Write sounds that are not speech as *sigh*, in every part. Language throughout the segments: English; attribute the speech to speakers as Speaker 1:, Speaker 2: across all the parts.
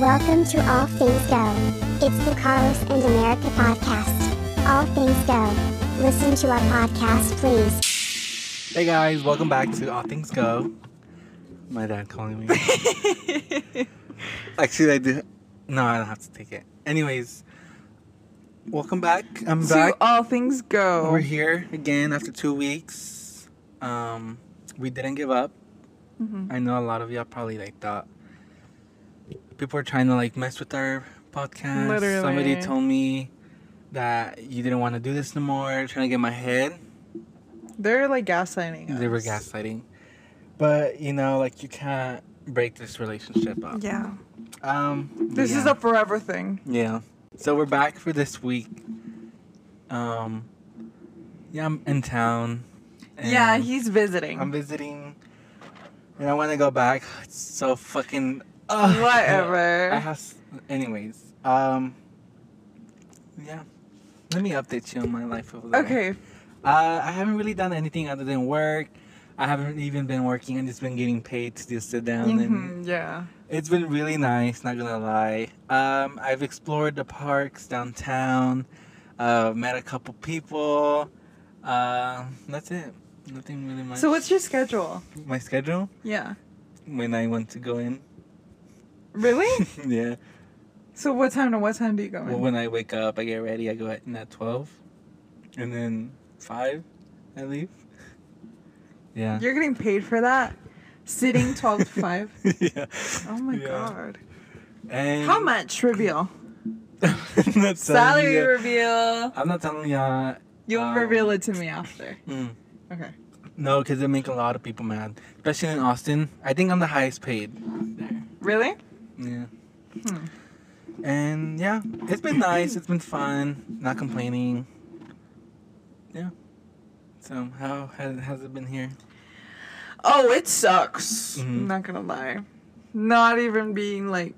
Speaker 1: Welcome to All Things Go. It's the Carlos and America podcast. All Things Go. Listen to our podcast, please.
Speaker 2: Hey guys, welcome back to All Things Go. My dad calling me. Actually, I do. No, I don't have to take it. Anyways, welcome back. I'm
Speaker 3: to
Speaker 2: back.
Speaker 3: all things go.
Speaker 2: We're here again after two weeks. Um, we didn't give up.
Speaker 3: Mhm.
Speaker 2: I know a lot of y'all probably like thought people are trying to like mess with our podcast. Somebody
Speaker 3: Literally.
Speaker 2: told me that you didn't want to do this no more, trying to get my head.
Speaker 3: They're like gaslighting. Us.
Speaker 2: They were gaslighting. But you know, like you can't break this relationship up.
Speaker 3: Yeah.
Speaker 2: Um
Speaker 3: This is
Speaker 2: yeah.
Speaker 3: a forever thing.
Speaker 2: Yeah. So we're back for this week. Um Yeah, I'm in town.
Speaker 3: yeah,
Speaker 2: and
Speaker 3: he's visiting. *laughs*
Speaker 2: I'm visiting and I wanna go back. It's so fucking ugh.
Speaker 3: Whatever.
Speaker 2: I have s- anyways. Um Yeah. Let me update you on my life over there.
Speaker 3: okay.
Speaker 2: Uh, I haven't really done anything other than work. I haven't even been working. I've just been getting paid to just sit down, and
Speaker 3: hmm yeah.
Speaker 2: it's been really nice. Not gonna lie. Um, I've explored the parks downtown. Uh, met a couple people. Uh, that's it. Nothing really much.
Speaker 3: So what's your schedule?
Speaker 2: my schedule
Speaker 3: Yeah.
Speaker 2: when I want to go in? *laughs*
Speaker 3: Really? *laughs*
Speaker 2: yeah.
Speaker 3: so what time to what time do you go in?
Speaker 2: Well, when I wake up, I get ready. I go at, in at twelve, and then five, I leave. Yeah. *laughs*
Speaker 3: You're getting paid for that? Sitting 12 to 5?
Speaker 2: yeah.
Speaker 3: Oh my
Speaker 2: Yeah.
Speaker 3: god.
Speaker 2: And
Speaker 3: How much? Reveal.
Speaker 2: I'm not telling
Speaker 3: Salary
Speaker 2: ya-
Speaker 3: reveal.
Speaker 2: I'm not telling y'all.
Speaker 3: You'll
Speaker 2: Um,
Speaker 3: reveal it to me after.
Speaker 2: Mm.
Speaker 3: Okay.
Speaker 2: No, because it make a lot of people mad, especially in Austin. I think I'm the highest paid.
Speaker 3: Really?
Speaker 2: Yeah.
Speaker 3: Hmm.
Speaker 2: And yeah, it's been nice. It's been fun. Not complaining. Yeah. So how has, has it been here?
Speaker 3: Oh, it sucks.
Speaker 2: Mhm.
Speaker 3: I'm not gonna lie. Not even being like,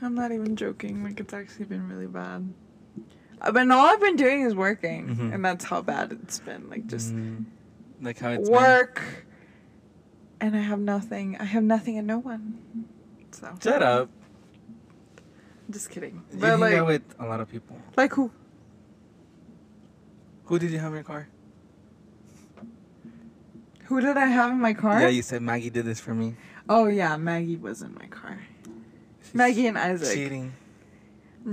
Speaker 3: I'm not even joking. Like, it's actually been really bad. Uh, But all I've been doing is working,
Speaker 2: Mhm.
Speaker 3: and that's how bad it's been. Like, just
Speaker 2: Mm, like how it's
Speaker 3: work, and I have nothing. I have nothing and no one. So,
Speaker 2: Been. Shut up.
Speaker 3: just kidding.
Speaker 2: You
Speaker 3: But
Speaker 2: hang
Speaker 3: like,
Speaker 2: out with a lot of people.
Speaker 3: like who?
Speaker 2: Who did you have in your car?
Speaker 3: Who did I have in my car?
Speaker 2: Yeah, you said Maggie did this for me.
Speaker 3: oh yeah, Maggie was in my car. Maggie and Isaac.
Speaker 2: Cheating.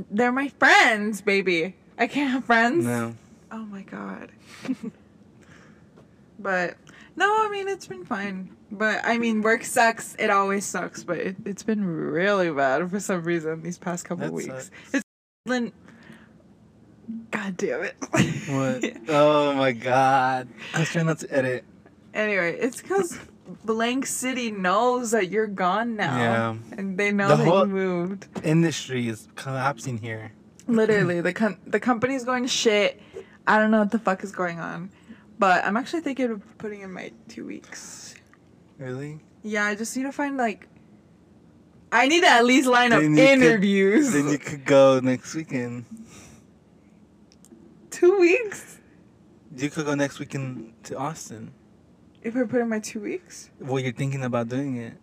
Speaker 3: They're my friends, baby. I can't have friends.
Speaker 2: No.
Speaker 3: Oh my god. *laughs* but no, I mean it's been fine. But I mean work sucks. It always sucks, but it, it's been really bad for some reason these past couple
Speaker 2: That
Speaker 3: weeks.
Speaker 2: sucks.
Speaker 3: It's been God damn it.
Speaker 2: What? *laughs* Oh my god. I was trying not to edit.
Speaker 3: *laughs* anyway, it's cuz Blank City knows that you're gone now.
Speaker 2: Yeah.
Speaker 3: And they know
Speaker 2: The
Speaker 3: that
Speaker 2: whole-
Speaker 3: you moved.
Speaker 2: Industry is collapsing here.
Speaker 3: Literally, the com- the company's going to shit. I don't know what the fuck is going on. But I'm actually thinking of putting in my 2 weeks.
Speaker 2: Really?
Speaker 3: Yeah, I just need to find like. I need to at least line up
Speaker 2: Then you could-
Speaker 3: interviews.
Speaker 2: then you could go next weekend.
Speaker 3: *laughs* two weeks?
Speaker 2: You could go next weekend to Austin.
Speaker 3: If I put in my two weeks,
Speaker 2: Well, you're thinking about doing it.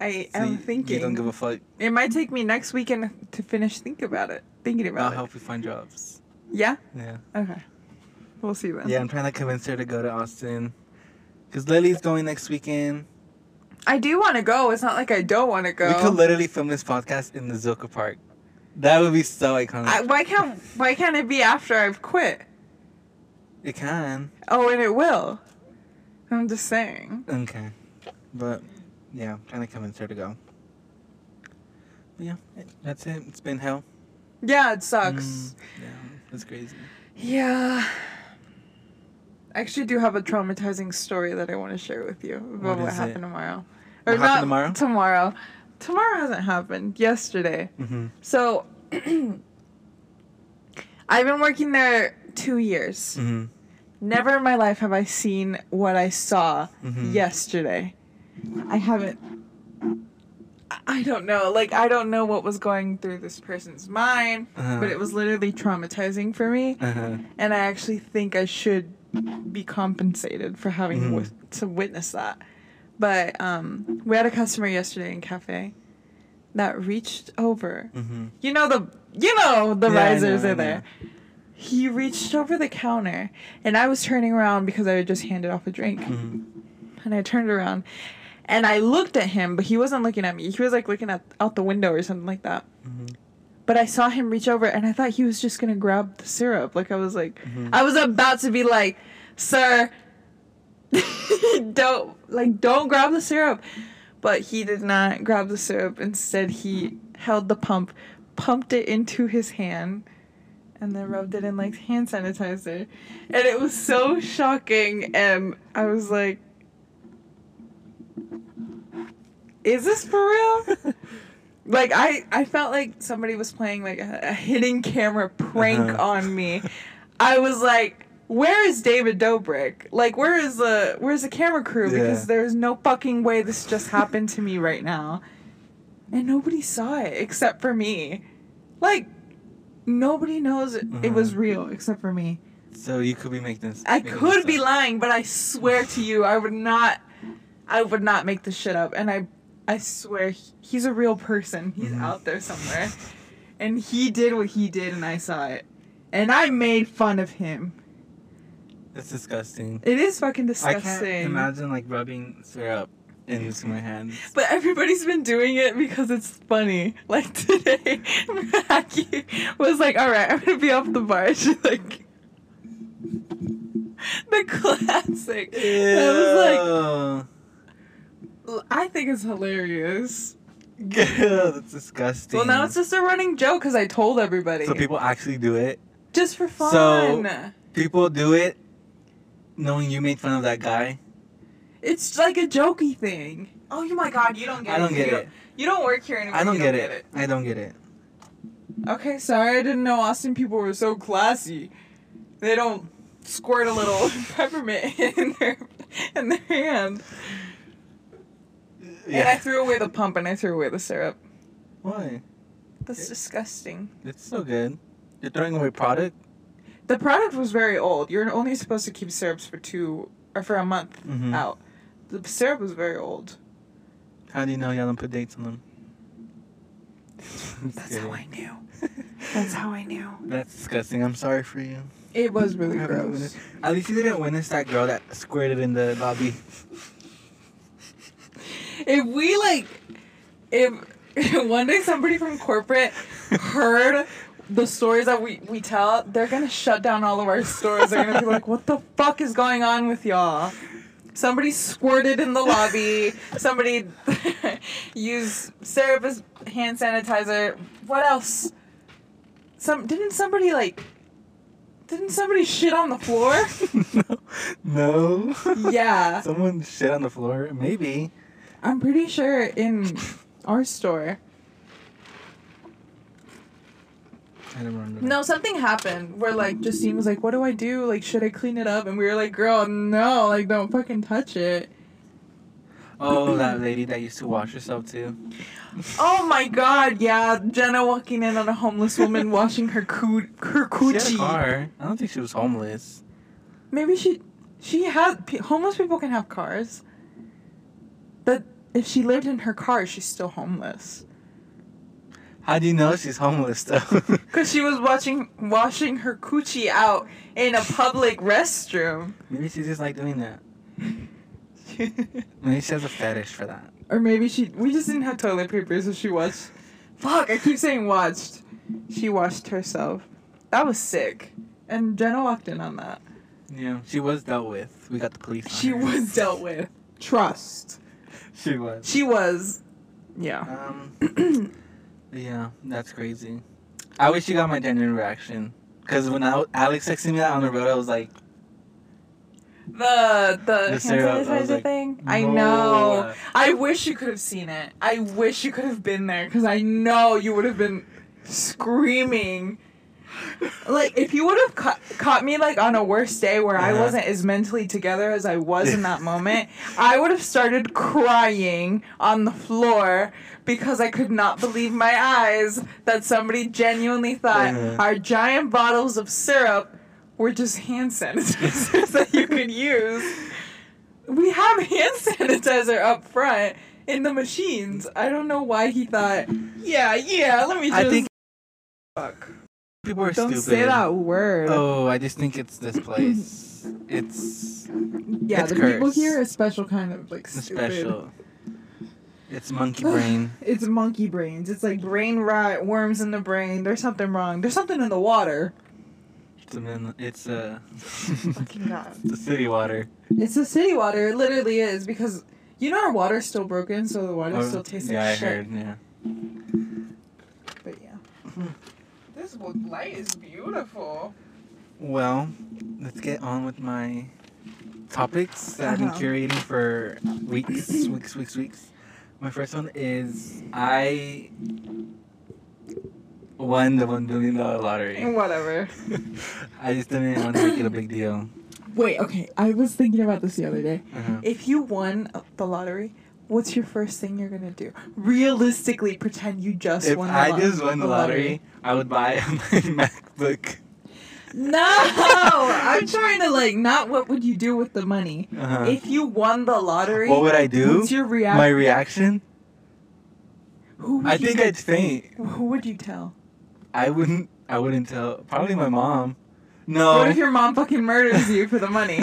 Speaker 3: I
Speaker 2: so
Speaker 3: am
Speaker 2: you-
Speaker 3: thinking.
Speaker 2: You don't give a fuck.
Speaker 3: it might take me next weekend to finish think about it. Thinking about
Speaker 2: I'll
Speaker 3: it.
Speaker 2: help you find jobs.
Speaker 3: Yeah.
Speaker 2: Yeah.
Speaker 3: Okay. We'll see then.
Speaker 2: Yeah, I'm trying to convince her to go to Austin. Because Lily's going next weekend.
Speaker 3: I do want to go. It's not like I don't want to go.
Speaker 2: We could literally film this podcast in the Zilka Park. That would be so iconic.
Speaker 3: I, why can't Why can't it be after I've quit?
Speaker 2: it can.
Speaker 3: Oh, and it will. I'm just saying.
Speaker 2: Okay. But yeah, I'm trying to convince her to go. But yeah, that's it. It's been hell.
Speaker 3: Yeah, it sucks.
Speaker 2: Mm, yeah, that's crazy.
Speaker 3: Yeah. I actually do have a traumatizing story that I want to share with you about
Speaker 2: What
Speaker 3: what,
Speaker 2: is it?
Speaker 3: happened tomorrow.
Speaker 2: What happened
Speaker 3: not
Speaker 2: tomorrow?
Speaker 3: Tomorrow. Tomorrow hasn't happened. Yesterday.
Speaker 2: Mm-hmm.
Speaker 3: So *clears throat* I've been working there two years.
Speaker 2: Mm-hmm.
Speaker 3: Never in my life have I seen what I saw
Speaker 2: Mhm.
Speaker 3: yesterday. I haven't I- I don't know. Like I don't know what was going through this person's mind,
Speaker 2: Uh-huh.
Speaker 3: but it was literally traumatizing for me
Speaker 2: Uh-huh.
Speaker 3: and I actually think I should be compensated for having
Speaker 2: Mhm.
Speaker 3: wit- to witness that. But um, we had a customer yesterday in cafe that reached over.
Speaker 2: *laughs* Mm-hmm.
Speaker 3: You know the you know the
Speaker 2: Yeah, I
Speaker 3: risers
Speaker 2: know, I
Speaker 3: are there. He reached over the counter, and I was turning around because I had just handed off a drink
Speaker 2: Mm-hmm.
Speaker 3: and I turned around and I looked at him, but he wasn't looking at me. He was like looking at out the window or something like that.
Speaker 2: Mhm.
Speaker 3: But I saw him reach over and I thought he was just gonna grab the syrup. Like I was like
Speaker 2: Mhm.
Speaker 3: I was about to be like, Sir *laughs* don't like don't grab the syrup. But he did not grab the syrup. Instead he held the pump, pumped it into his hand, and then rubbed it in like hand sanitizer. And it was so shocking and I was like is this for real? like I, I felt like somebody was playing like a, a hidden camera prank
Speaker 2: Uh-huh.
Speaker 3: on me. I was like, where is David Dobrik? Like where is the where's the camera crew?
Speaker 2: Yeah.
Speaker 3: Because there's no fucking way this just happened to me right now. And nobody saw it except for me. Like nobody knows it, it was
Speaker 2: Uh-huh.
Speaker 3: real except for me.
Speaker 2: So you could be making this.
Speaker 3: I
Speaker 2: making this
Speaker 3: could be
Speaker 2: up.
Speaker 3: lying, but I swear to you, I would not. I would not make this shit up, and I, I swear, he- he's a real person. He's
Speaker 2: Mhm.
Speaker 3: out there somewhere, and he did what he did, and I saw it, and I made fun of him.
Speaker 2: It's disgusting.
Speaker 3: It is fucking
Speaker 2: I can't
Speaker 3: disgusting.
Speaker 2: imagine like rubbing syrup into my hands.
Speaker 3: But everybody's been doing it because it's funny. *laughs* Like today, Maggie was like, "All right, I'm gonna be off the bar." *laughs* She like the classic. *laughs* I was like, L- I think it's hilarious.
Speaker 2: Girl, *laughs* that's disgusting.
Speaker 3: Well, now it's just a running joke because I told everybody.
Speaker 2: so people actually do it.
Speaker 3: just for fun.
Speaker 2: So- People do it, knowing you made fun of that guy.
Speaker 3: it's like a jokey thing. Oh you- my god, you don't get it.
Speaker 2: I don't get
Speaker 3: you
Speaker 2: it.
Speaker 3: You don't work here anymore.
Speaker 2: I don't
Speaker 3: you
Speaker 2: get it. I don't get it.
Speaker 3: Okay, sorry, I didn't know Austin people were so classy. They don't squirt a little *laughs* peppermint in their in their hand. And I
Speaker 2: Yeah.
Speaker 3: threw away the pump and I threw away the syrup.
Speaker 2: Why?
Speaker 3: That's disgusting.
Speaker 2: It's so good. You're throwing away product.
Speaker 3: The product was very old. You're only supposed to keep syrups for two or for a month
Speaker 2: Mhm.
Speaker 3: out. The syrup was very old.
Speaker 2: How do you know y'all don't put dates on them? I'm
Speaker 3: That's
Speaker 2: kidding.
Speaker 3: how I
Speaker 2: *laughs*
Speaker 3: knew. That's how I knew.
Speaker 2: That's disgusting. I'm sorry for you.
Speaker 3: It was really
Speaker 2: I haven't
Speaker 3: gross.
Speaker 2: witnessed- At least you didn't witness that girl that squirted in the
Speaker 3: *laughs*
Speaker 2: lobby.
Speaker 3: If we like, if *laughs* one day somebody from corporate heard the stories that we we tell, they're gonna shut down all of our stores. They're gonna be like, "What the fuck is going on with y'all?" Somebody squirted in the lobby. Somebody *laughs* used syrup as hand sanitizer. What else? Some didn't somebody like. Didn't somebody shit on the floor?
Speaker 2: no. No. *laughs*
Speaker 3: yeah.
Speaker 2: Someone shit on the floor. Maybe.
Speaker 3: I'm pretty sure in our store.
Speaker 2: I don't remember.
Speaker 3: No, something happened where like Justine was like, "What do I do? Like, should I clean it up?" And we were like, "Girl, no! Like, don't fucking touch it."
Speaker 2: Oh, that lady that used to wash herself too.
Speaker 3: Oh my god! Yeah, Jenna walking in on a
Speaker 2: *laughs*
Speaker 3: homeless woman washing her coo- her
Speaker 2: She had a
Speaker 3: coochie.
Speaker 2: car. I don't think she was homeless.
Speaker 3: Maybe she she had p- homeless people can have cars, but if she lived in her car, she's still homeless.
Speaker 2: How do you know she's homeless though? *laughs*
Speaker 3: Cause she was watching washing her coochie out in a
Speaker 2: *laughs*
Speaker 3: public restroom.
Speaker 2: Maybe she's just like doing that. Maybe she has a fetish for that.
Speaker 3: Or maybe she. We just didn't have toilet paper, so she watched. Fuck, I keep saying watched. She watched herself. That was sick. And Jenna walked in on that.
Speaker 2: Yeah. She was dealt with. We got the police. on
Speaker 3: She
Speaker 2: her.
Speaker 3: was dealt with. Trust.
Speaker 2: *laughs* She was.
Speaker 3: She was. Yeah. *clears throat*
Speaker 2: Um. yeah, that's crazy. I wish you got my genuine reaction. Cause when I, Alex texted me that on the road, I was like,
Speaker 3: The the hand
Speaker 2: Yes, Sarah, I was
Speaker 3: sanitizer
Speaker 2: like,
Speaker 3: thing. I
Speaker 2: "No."
Speaker 3: know. I wish you could have seen it. I wish you could have been there because I know you would have been screaming. Like if you would have ca- caught me like on a worse day where I
Speaker 2: Uh-huh.
Speaker 3: wasn't as mentally together as I was
Speaker 2: *laughs*
Speaker 3: in that moment, I would have started crying on the floor because I could not believe my eyes that somebody genuinely thought
Speaker 2: Uh-huh.
Speaker 3: our giant bottles of syrup were just hand sanitizers *laughs* that you could use. We have *laughs* hand sanitizer up front in the machines. I don't know why he thought, yeah, yeah, let me just.
Speaker 2: I think
Speaker 3: fuck.
Speaker 2: people are
Speaker 3: Don't
Speaker 2: stupid.
Speaker 3: say that word.
Speaker 2: Oh, I just think it's this place.
Speaker 3: *laughs*
Speaker 2: It's
Speaker 3: yeah,
Speaker 2: it's
Speaker 3: the people
Speaker 2: cursed.
Speaker 3: here are special kind of like stupid.
Speaker 2: special. It's
Speaker 3: *laughs*
Speaker 2: monkey brain.
Speaker 3: It's monkey brains. It's like brain rot, worms in the brain. There's something wrong. There's something in the water.
Speaker 2: It's a, min- it's a *laughs*
Speaker 3: Fucking not.
Speaker 2: the city water.
Speaker 3: It's the city water. It literally is because you know our water's still broken, so the water
Speaker 2: Oh,
Speaker 3: still tastes
Speaker 2: yeah,
Speaker 3: like
Speaker 2: I
Speaker 3: shit.
Speaker 2: heard. Yeah.
Speaker 3: But yeah. *laughs* This light is beautiful.
Speaker 2: Well, let's get on with my topics that I've been
Speaker 3: Uh-huh.
Speaker 2: curating for weeks, weeks, weeks, weeks. My first one is I won the one billion dollar lottery.
Speaker 3: Whatever.
Speaker 2: *laughs* I just didn't want to make it a big deal.
Speaker 3: Wait, okay. I was thinking about this the other day.
Speaker 2: Uh-huh.
Speaker 3: If you won uh, the lottery, what's your first thing you're gonna do? Realistically, pretend you just
Speaker 2: If
Speaker 3: won. The
Speaker 2: I
Speaker 3: lot-
Speaker 2: just won the lottery, I would buy *laughs* my MacBook.
Speaker 3: No, I'm trying to like not. What would you do with the money?
Speaker 2: Uh-huh.
Speaker 3: If you won the lottery,
Speaker 2: What would I do?
Speaker 3: What's your
Speaker 2: My
Speaker 3: reaction?
Speaker 2: reaction?
Speaker 3: Who would
Speaker 2: I
Speaker 3: you-
Speaker 2: think I'd faint.
Speaker 3: Who would you tell?
Speaker 2: I wouldn't. I wouldn't tell. Probably my mom. No.
Speaker 3: What if your mom fucking murders you for the
Speaker 2: *laughs*
Speaker 3: money?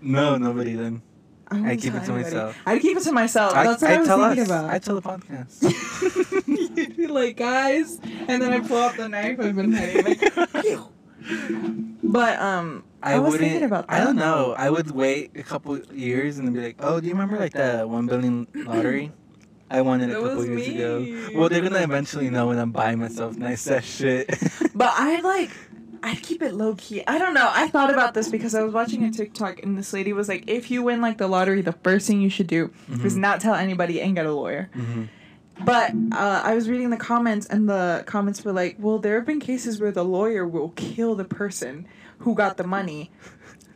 Speaker 2: no, nobody then.
Speaker 3: I wouldn't
Speaker 2: keep it
Speaker 3: tell
Speaker 2: to
Speaker 3: anybody.
Speaker 2: myself.
Speaker 3: I'd keep it to myself. Oh, That's what I, was
Speaker 2: tell
Speaker 3: thinking
Speaker 2: us.
Speaker 3: about.
Speaker 2: I tell the podcast.
Speaker 3: *laughs* You'd be like, guys, and then I pull out the knife I've been hiding.
Speaker 2: *laughs*
Speaker 3: Like, "Ew." but um, I, was
Speaker 2: wouldn't-
Speaker 3: thinking about that.
Speaker 2: I don't know. I would wait a couple years and be like, "Oh, do you remember like the one billion lottery? I won it a
Speaker 3: That
Speaker 2: couple
Speaker 3: was
Speaker 2: years ago."
Speaker 3: me.
Speaker 2: Well, they're gonna eventually know when I'm buying myself nice ass
Speaker 3: *laughs*
Speaker 2: shit.
Speaker 3: But I like. I'd keep it low key. I don't know. I thought about this because I was watching a TikTok and this lady was like, if you win like the lottery, the first thing you should do
Speaker 2: Mm-hmm.
Speaker 3: is not tell anybody and get a lawyer.
Speaker 2: Mhm.
Speaker 3: But uh, I was reading the comments, and the comments were like, well, there have been cases where the lawyer will kill the person who got the money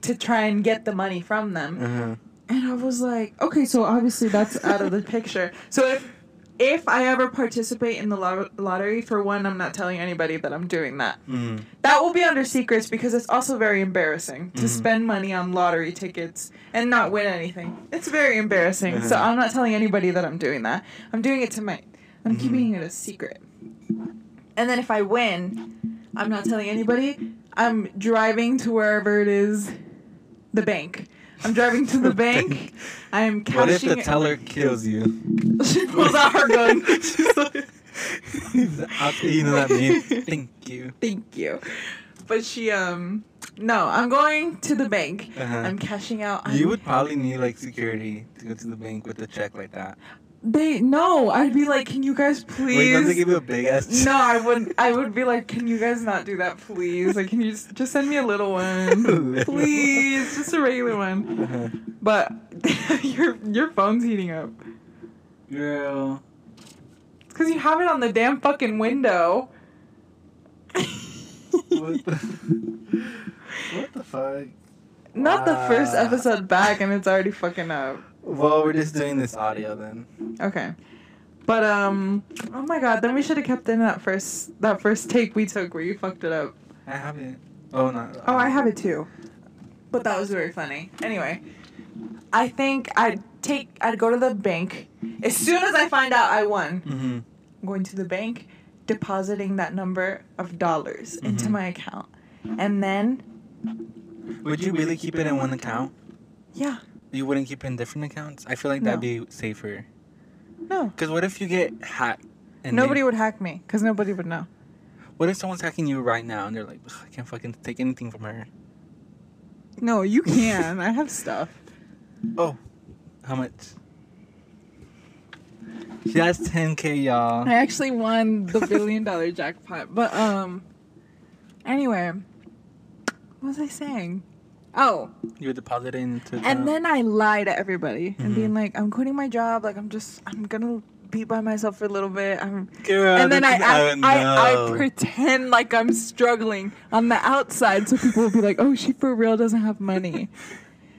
Speaker 3: to try and get the money from them.
Speaker 2: Uh-huh.
Speaker 3: And I was like, okay, so obviously that's out of the picture. So if if I ever participate in the lo- lottery, for one, I'm not telling anybody that I'm doing that.
Speaker 2: Mhm.
Speaker 3: That will be under secrets because it's also very embarrassing
Speaker 2: Mm-hmm.
Speaker 3: to spend money on lottery tickets and not win anything. It's very embarrassing. So
Speaker 2: Uh-huh.
Speaker 3: I'm not telling anybody that I'm doing that. I'm doing it to my I'm
Speaker 2: Mm-hmm.
Speaker 3: keeping it a secret. And then if I win, I'm not telling anybody. I'm driving to wherever it is the bank. I'm driving
Speaker 2: *laughs*
Speaker 3: to the bank. I'm
Speaker 2: What if the
Speaker 3: cashing
Speaker 2: teller kills you?
Speaker 3: *laughs* She pulls out her gun.
Speaker 2: *laughs* She's like- *laughs* you know that meme.
Speaker 3: *laughs*
Speaker 2: Thank you.
Speaker 3: Thank you. But she um no, I'm going to the bank.
Speaker 2: Uh-huh.
Speaker 3: I'm cashing out. I'm
Speaker 2: You would probably need like security to go to the bank with a check like that.
Speaker 3: They no, I'd be like, can you guys
Speaker 2: Wait, don't they
Speaker 3: please?
Speaker 2: give you a big ass?
Speaker 3: No, I
Speaker 2: *laughs*
Speaker 3: wouldn't. I would be like, can you guys not do that, please? Like, can you just, just send me a little
Speaker 2: *laughs*
Speaker 3: one,
Speaker 2: Little
Speaker 3: please, just a regular one.
Speaker 2: Uh-huh.
Speaker 3: But *laughs* your your phone's heating up
Speaker 2: Girl.
Speaker 3: because you have it on the damn fucking window.
Speaker 2: What
Speaker 3: *laughs*
Speaker 2: the, what the fuck?
Speaker 3: Not the first
Speaker 2: Wow.
Speaker 3: episode back, and it's already fucking up.
Speaker 2: Well, we're just doing this audio then.
Speaker 3: Okay. But um, oh my god, then we should have kept in that first that first take we took where you fucked it up.
Speaker 2: I have it. Oh, no.
Speaker 3: Oh, I have it too. But that was very funny. Anyway, I think I'd take I'd go to the bank as soon as I find out I won.
Speaker 2: Mm-hmm.
Speaker 3: I'm going to the bank, depositing that number of dollars into my account, and then
Speaker 2: Would you really keep it in one account?
Speaker 3: yeah,
Speaker 2: You wouldn't keep it in different accounts? I feel like that'd be safer.
Speaker 3: no,
Speaker 2: Because what if you get hacked? And
Speaker 3: nobody
Speaker 2: They,
Speaker 3: would hack me because nobody would know.
Speaker 2: what if someone's hacking you right now and they're like, "Ugh, I can't fucking take anything from her?
Speaker 3: No, you can. I have stuff.
Speaker 2: Oh, how much? She has 10k, y'all.
Speaker 3: *laughs* I actually won the billion dollar jackpot. But um, anyway, what was I saying? Oh,
Speaker 2: You deposit it into the-
Speaker 3: And then I lie to everybody and
Speaker 2: Mhm.
Speaker 3: being like, I'm quitting my job. Like, I'm just, I'm gonna be by myself for a little bit. I'm,
Speaker 2: Girl,
Speaker 3: and then I,
Speaker 2: that's-
Speaker 3: I,
Speaker 2: oh,
Speaker 3: I, I
Speaker 2: no.
Speaker 3: pretend like I'm struggling on the outside, so people will be like, oh, she for real doesn't have money.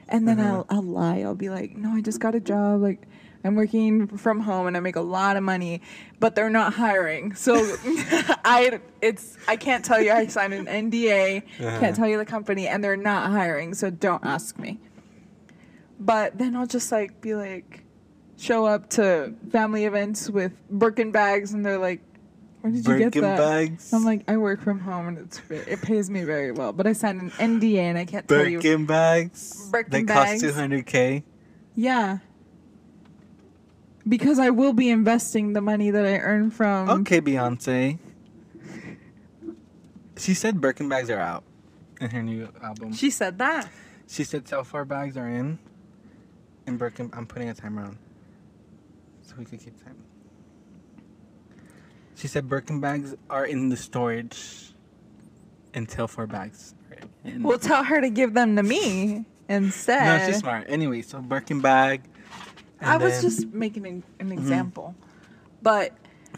Speaker 3: And then I'll, I'll lie. I'll be like, no, I just got a job. Like, I'm working from home and I make a lot of money, but they're not hiring. So *laughs* I it's I can't tell you I signed an NDA,
Speaker 2: Uh-huh.
Speaker 3: can't tell you the company and they're not hiring, so don't ask me. But then I'll just like be like show up to family events with Birkin bags and they're like where did you get
Speaker 2: Birkin
Speaker 3: that?
Speaker 2: bags.
Speaker 3: I'm like, I work from home and it's ve- it pays me very well, but I signed an NDA and I can't tell you.
Speaker 2: Birkin bags.
Speaker 3: Birkin
Speaker 2: they
Speaker 3: bags.
Speaker 2: cost 200k.
Speaker 3: Yeah. Because I will be investing the money that I earn from.
Speaker 2: Okay, Beyonce. She said Birkin bags are out in her new album.
Speaker 3: She said that.
Speaker 2: She said Telfar bags are in. And Birkin, I'm putting a timer on. So we could keep time. She said Birkin bags are in the storage. And Telfar bags are in.
Speaker 3: Well, tell her to give them to me
Speaker 2: no,
Speaker 3: instead.
Speaker 2: she's smart. Anyway, so Birkin bag. and
Speaker 3: I was
Speaker 2: then Mm-hmm.
Speaker 3: just making an, an example. But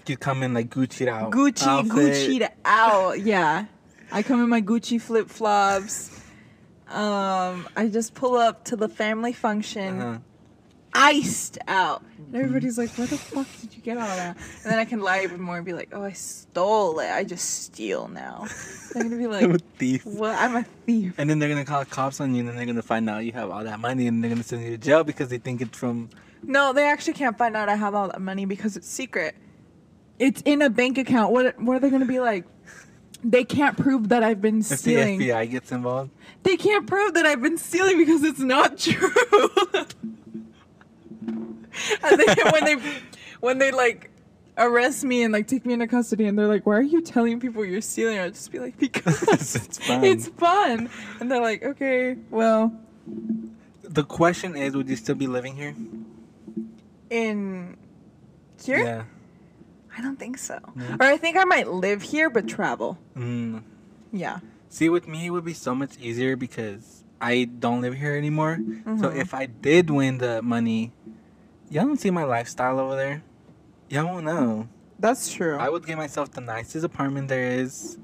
Speaker 2: You come in like Gucci out.
Speaker 3: Gucci, Gucci
Speaker 2: outfit.
Speaker 3: to out. Yeah. I come in my Gucci flip flops. Um, I just pull up to the family function.
Speaker 2: Uh-huh.
Speaker 3: iced out. And everybody's like, where the fuck did you get all that? And then I can lie even more and be like, oh, I stole it. I just steal now.
Speaker 2: *laughs*
Speaker 3: They're going to be
Speaker 2: I'm a
Speaker 3: like,
Speaker 2: thief.
Speaker 3: well, I'm a thief.
Speaker 2: And then they're gonna call the cops on you, and then they're gonna find out you have all that money, and they're gonna send you to jail because they think it's from.
Speaker 3: No, they actually can't find out I have all that money because it's secret. It's in a bank account. What, what are they going to be like? They can't prove that I've been
Speaker 2: If
Speaker 3: stealing.
Speaker 2: the FBI gets involved,
Speaker 3: They can't prove that I've been stealing because it's not true. *laughs* and they, when they when they like arrest me and like take me into custody and they're like, Why are you telling people you're stealing? I'll just be like, *laughs* Because
Speaker 2: It's fun.
Speaker 3: it's fun. And they're like, Okay, well
Speaker 2: the question is, would you still be living here?
Speaker 3: in here?
Speaker 2: Yeah.
Speaker 3: I don't think so.
Speaker 2: Yeah.
Speaker 3: Or I think I might live here but travel.
Speaker 2: Mm.
Speaker 3: Yeah.
Speaker 2: See, with me, it would be so much easier because I don't live here anymore. So if I did win the money, y'all don't see my lifestyle over there. Y'all won't know.
Speaker 3: That's true.
Speaker 2: I would give myself the nicest apartment there is.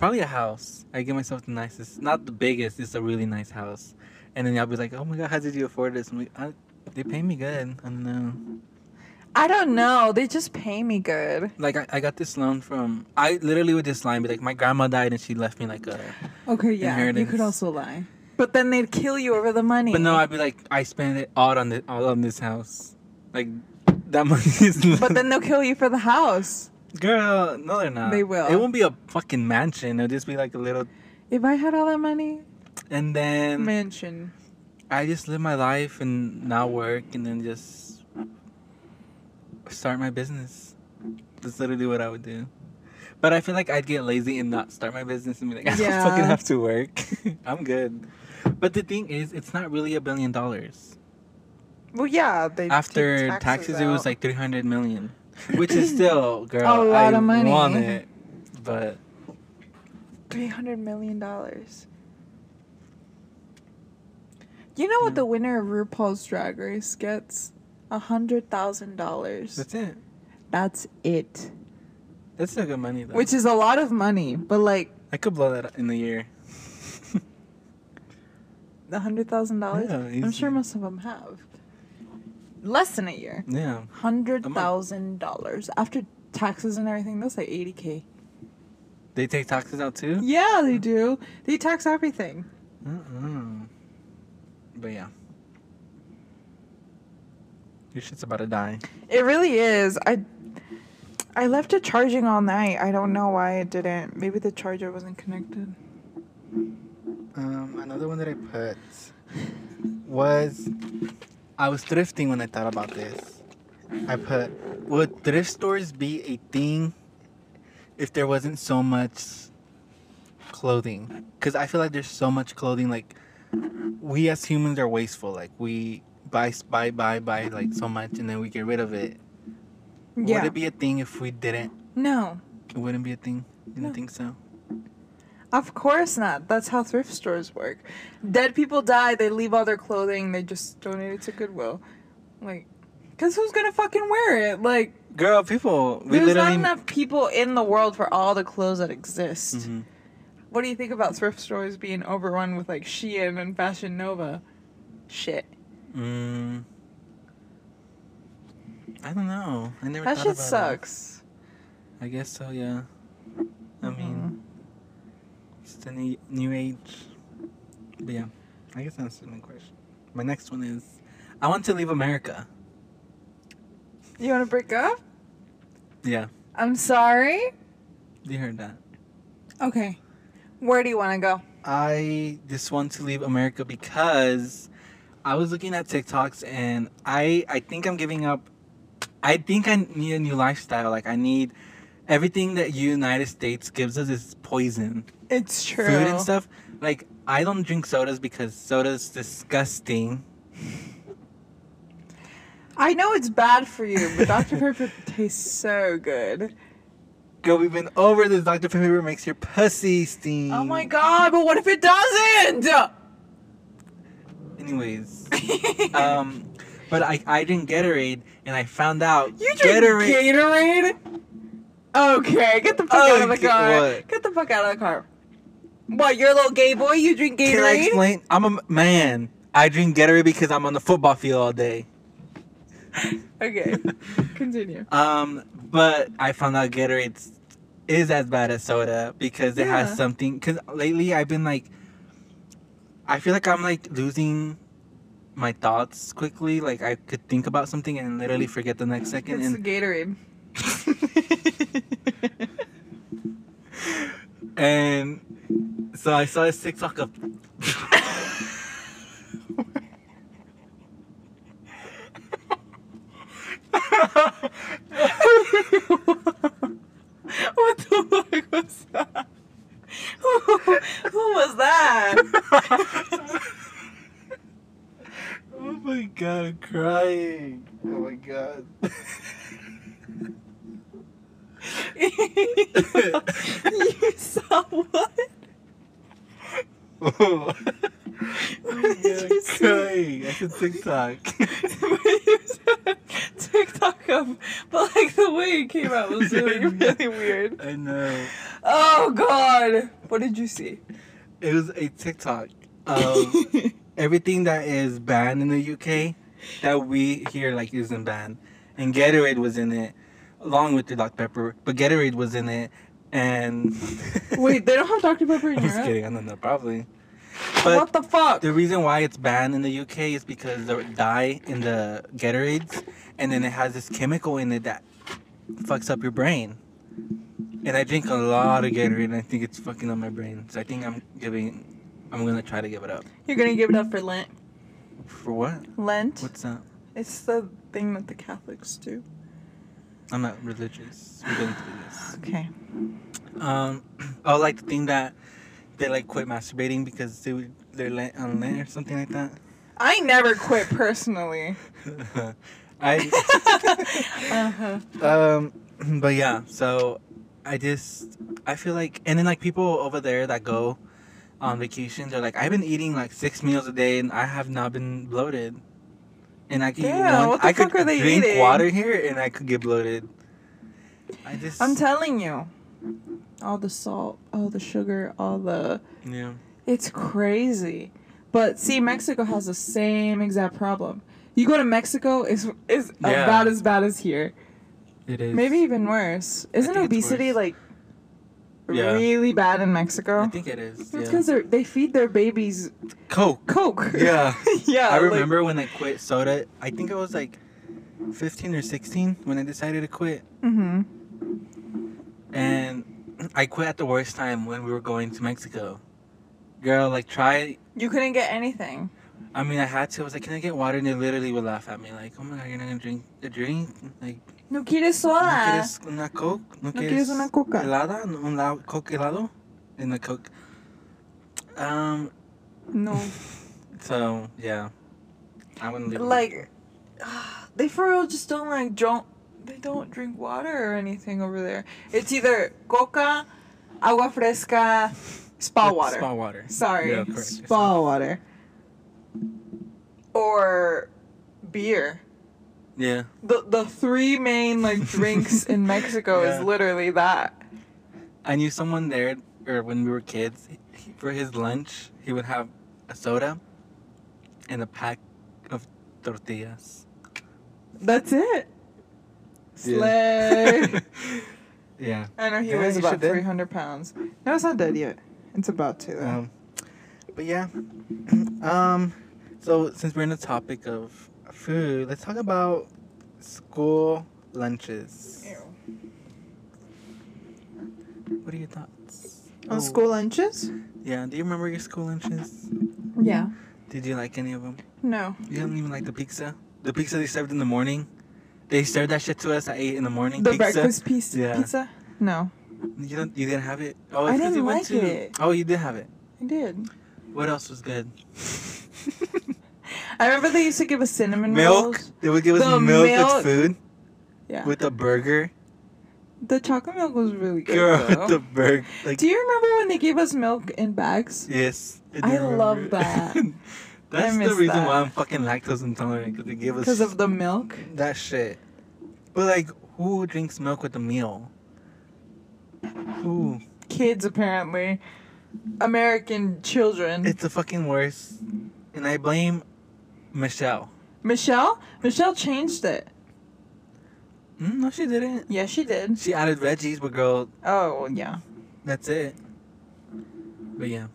Speaker 2: Probably a house. I give myself the nicest, not the biggest. It's a really nice house. And then y'all be like, "Oh my god, how did you afford this?" I'm like, I, "They pay me good." I don't know.
Speaker 3: I don't know. They just pay me good.
Speaker 2: Like I, I got this loan from. I literally would just lie and be like, "My grandma died and she left me like a."
Speaker 3: Okay, yeah. You could
Speaker 2: Inheritance.
Speaker 3: also lie. But then they'd kill you over the money.
Speaker 2: But no, I'd be like, "I spent it all on the all on this house." Like that *laughs* money is.
Speaker 3: But then they'll kill you for the house.
Speaker 2: girl, no, they're not.
Speaker 3: They will.
Speaker 2: It won't be a fucking mansion. It'll just be like a little.
Speaker 3: If I had all that money,
Speaker 2: And then.
Speaker 3: mansion.
Speaker 2: I just live my life and not work and then just start my business. That's literally what I would do. But I feel like I'd get lazy and not start my business and be like, *laughs* I
Speaker 3: Yeah.
Speaker 2: don't fucking have to work. *laughs* I'm good. But the thing is, it's not really a billion dollars.
Speaker 3: Well, yeah. They
Speaker 2: After
Speaker 3: take
Speaker 2: taxes, it
Speaker 3: out.
Speaker 2: was like 300 million, which is
Speaker 3: *laughs*
Speaker 2: still, girl,
Speaker 3: A lot
Speaker 2: I
Speaker 3: of money.
Speaker 2: want it. But
Speaker 3: three hundred million dollars. You know
Speaker 2: Mm.
Speaker 3: what the winner of RuPaul's Drag Race gets? A hundred thousand dollars.
Speaker 2: that's it.
Speaker 3: That's it.
Speaker 2: That's still good money, though.
Speaker 3: Which is a lot of money, but like
Speaker 2: I could blow that in a year.
Speaker 3: a hundred thousand dollars.
Speaker 2: Yeah,
Speaker 3: I'm
Speaker 2: easy.
Speaker 3: sure most of them have. Less than a year.
Speaker 2: Yeah.
Speaker 3: Hundred thousand dollars after taxes and everything. That's like eighty k.
Speaker 2: They take taxes out too?
Speaker 3: Yeah, they do. They tax everything.
Speaker 2: Mm-mm. But yeah. Your shit's about to die.
Speaker 3: It really is. I I left it charging all night. I don't know why it didn't. Maybe the charger wasn't connected.
Speaker 2: Um, another one that I put was I was thrifting when I thought about this. I put would thrift stores be a thing if there wasn't so much clothing? Because I feel like there's so much clothing. Like we as humans are wasteful. Like we buy, buy, buy, buy like so much, and then we get rid of it. Would
Speaker 3: Yeah.
Speaker 2: it be a thing if we didn't
Speaker 3: no.
Speaker 2: It wouldn't be a thing. You don't
Speaker 3: No.
Speaker 2: think so?
Speaker 3: Of course not. That's how thrift stores work. Dead people die, they leave all their clothing, they just donate it to Goodwill. Like cuz who's going to fucking wear it? Like
Speaker 2: Girl, people, we
Speaker 3: there's not
Speaker 2: literally.
Speaker 3: enough people in the world for all the clothes that exist.
Speaker 2: Mhm.
Speaker 3: What do you think about thrift stores being overrun with like Shein and Fashion Nova shit?
Speaker 2: Mm, I don't know. I never.
Speaker 3: That
Speaker 2: thought
Speaker 3: shit
Speaker 2: about it.
Speaker 3: sucks.
Speaker 2: I guess so. Yeah. I mean,
Speaker 3: Mm-hmm.
Speaker 2: it's the new, new age. But yeah, I guess that's my question. My next one is, I want to leave America.
Speaker 3: You want to break up?
Speaker 2: Yeah,
Speaker 3: I'm sorry.
Speaker 2: you heard that.
Speaker 3: Okay. Where do you want to go?
Speaker 2: I just want to leave America because I was looking at TikToks and I I think I'm giving up. I think I need a new lifestyle. Like I need everything that United States gives us is poison.
Speaker 3: It's true.
Speaker 2: Food and stuff. Like I don't drink sodas because soda's disgusting.
Speaker 3: I know it's bad for you, but Dr. *laughs* Pepper tastes so good.
Speaker 2: Girl, we've been over this. Dr Pepper makes your pussy steam.
Speaker 3: Oh my god, but what if it doesn't? *laughs*
Speaker 2: Anyways, um, but I I drink Gatorade and I found out
Speaker 3: you drink Gatorade? Okay, get the fuck out of the
Speaker 2: Okay,
Speaker 3: car.
Speaker 2: Oh, what?
Speaker 3: Get the fuck out of the car. What, you're a little gay boy? You drink Gatorade?
Speaker 2: Can I explain? I'm a m- man. I drink Gatorade because I'm on the football field all day. *laughs*
Speaker 3: Okay, continue.
Speaker 2: Um, but I found out Gatorade is as bad as soda because it
Speaker 3: Yeah.
Speaker 2: has something. Because lately I've been like, I feel like I'm like losing my thoughts quickly. Like I could think about something and literally forget the next second.
Speaker 3: It's the
Speaker 2: And
Speaker 3: *laughs*
Speaker 2: *laughs*
Speaker 3: Gatorade.
Speaker 2: and so I saw this TikTok of.
Speaker 3: what the fuck was that? Who, who was that?
Speaker 2: Oh my god, I'm crying. Oh my god.
Speaker 3: you saw what?
Speaker 2: *laughs* oh
Speaker 3: *laughs* What
Speaker 2: yeah,
Speaker 3: did you see?
Speaker 2: crying. That's a TikTok.
Speaker 3: You saw TikTok of, but like the way it came
Speaker 2: *laughs*
Speaker 3: out was really, really weird.
Speaker 2: I know.
Speaker 3: Oh god! What did you see?
Speaker 2: It was a TikTok
Speaker 3: *laughs*
Speaker 2: of everything that is banned in the UK that we here like isn't banned. And Gatorade was in it, along with the Dr. Pepper, but Gatorade was in it. And
Speaker 3: Wait, they don't have Dr. Pepper
Speaker 2: *laughs*
Speaker 3: in
Speaker 2: I'm just
Speaker 3: Europe?
Speaker 2: kidding. I don't know, probably.
Speaker 3: What
Speaker 2: But
Speaker 3: the fuck?
Speaker 2: the reason why it's banned in the UK is because the dye in the Gatorades, and then it has this chemical in it that fucks up your brain. And I drink a lot of Gatorade, and I think it's fucking up my brain. So I think I'm giving, I'm gonna try to give it up.
Speaker 3: You're gonna give it up for Lent.
Speaker 2: For what?
Speaker 3: Lent?
Speaker 2: What's that?
Speaker 3: It's the thing that the Catholics do.
Speaker 2: I'm not religious. We don't do this.
Speaker 3: Okay.
Speaker 2: Um, *clears throat* oh, like the thing that they like quit masturbating because they would- they're lent on lent or something like that.
Speaker 3: I never quit personally.
Speaker 2: *laughs* I.
Speaker 3: Uh-huh.
Speaker 2: Um, *clears throat* but yeah, so I just I feel like, and then like people over there that go on vacation, they're like, I've been eating like six meals a day, and I have not been bloated. And I can eat
Speaker 3: Yeah,
Speaker 2: one.
Speaker 3: what the
Speaker 2: I
Speaker 3: fuck
Speaker 2: could
Speaker 3: are they
Speaker 2: drink
Speaker 3: eating?
Speaker 2: water here, and I could get bloated. I just
Speaker 3: *laughs* I'm telling you. All the salt, all the sugar, all the.
Speaker 2: yeah.
Speaker 3: It's crazy. But see, Mexico has the same exact problem. You go to Mexico, it's, it's
Speaker 2: Yeah.
Speaker 3: about as bad as here.
Speaker 2: It is
Speaker 3: Maybe even worse. Isn't
Speaker 2: think it's
Speaker 3: obesity
Speaker 2: worse.
Speaker 3: like
Speaker 2: Yeah.
Speaker 3: really bad in Mexico?
Speaker 2: I think it is.
Speaker 3: It's
Speaker 2: Yeah.
Speaker 3: because they feed their babies *laughs*
Speaker 2: Coke.
Speaker 3: Coke.
Speaker 2: Yeah.
Speaker 3: yeah.
Speaker 2: I
Speaker 3: like-
Speaker 2: remember when I quit soda. I think I was like 15 or 16 when I decided to quit.
Speaker 3: Mhm.
Speaker 2: and I quit at the worst time when we were going to Mexico. Girl, like try.
Speaker 3: You couldn't get anything.
Speaker 2: I mean, I had to. I was like, "Can I get water?" And they literally would laugh at me, like, "Oh my god, you're not gonna drink a drink? Like,
Speaker 3: No quieres soda.
Speaker 2: no quieres una coke? No,
Speaker 3: quieres una coca?"
Speaker 2: Helada? No, Un la- coke helado? In the coke. Um.
Speaker 3: No.
Speaker 2: So yeah, I wouldn't leave.
Speaker 3: like, *sighs* they for real just don't like don't they don't drink water or anything over there. It's either coca, agua fresca, spa
Speaker 2: With
Speaker 3: water.
Speaker 2: Spa water.
Speaker 3: Sorry,
Speaker 2: Yeah, correct.
Speaker 3: spa water. Or beer.
Speaker 2: Yeah.
Speaker 3: The the three
Speaker 2: *laughs*
Speaker 3: main like drinks in Mexico
Speaker 2: Yeah.
Speaker 3: is literally that.
Speaker 2: I knew someone there, or when we were kids, he, for his lunch, he would have a soda and a pack of tortillas.
Speaker 3: That's it. Slay.
Speaker 2: *laughs* yeah.
Speaker 3: I know he
Speaker 2: Yeah,
Speaker 3: weighs
Speaker 2: you
Speaker 3: about
Speaker 2: should then.
Speaker 3: 300 pounds. No, it's not dead yet. It's about to. though.
Speaker 2: Um, but yeah. *clears throat* um, so since we're in the topic of food, let's talk about school lunches. What are your thoughts?
Speaker 3: On
Speaker 2: Oh,
Speaker 3: school lunches?
Speaker 2: Yeah. Do you remember your school lunches?
Speaker 3: Yeah.
Speaker 2: Did you like any of them?
Speaker 3: No.
Speaker 2: You didn't even like the pizza. The pizza they served in the morning. They served that shit to us at eight in the morning.
Speaker 3: The
Speaker 2: pizza.
Speaker 3: breakfast piece
Speaker 2: Yeah.
Speaker 3: pizza? No.
Speaker 2: You don't. You didn't have it. Oh,
Speaker 3: I
Speaker 2: it's 'cause
Speaker 3: didn't
Speaker 2: you went
Speaker 3: like
Speaker 2: to.
Speaker 3: it.
Speaker 2: Oh, you did have it.
Speaker 3: I did.
Speaker 2: What else was
Speaker 3: *laughs*
Speaker 2: good? *laughs*
Speaker 3: I remember they used to give us cinnamon
Speaker 2: milk.
Speaker 3: rolls.
Speaker 2: They would give us
Speaker 3: The
Speaker 2: milk, with
Speaker 3: milk-
Speaker 2: food.
Speaker 3: Yeah.
Speaker 2: With a burger.
Speaker 3: the chocolate milk was really good.
Speaker 2: Girl,
Speaker 3: though.
Speaker 2: with the burger. Like
Speaker 3: Do you remember when they gave us milk in bags?
Speaker 2: yes.
Speaker 3: I
Speaker 2: do remember.
Speaker 3: love that.
Speaker 2: *laughs* That's the
Speaker 3: miss
Speaker 2: reason
Speaker 3: that.
Speaker 2: why I'm fucking lactose intolerant because they gave us
Speaker 3: Because of the milk?
Speaker 2: that shit. But like, who drinks milk with a meal? Who?
Speaker 3: Kids, apparently. American children.
Speaker 2: It's the fucking worst. And I blame Michelle.
Speaker 3: Michelle? Michelle changed it.
Speaker 2: Mm, no, she didn't.
Speaker 3: Yeah, she did.
Speaker 2: She added veggies, but girl,
Speaker 3: Oh, well, yeah.
Speaker 2: that's it. But yeah,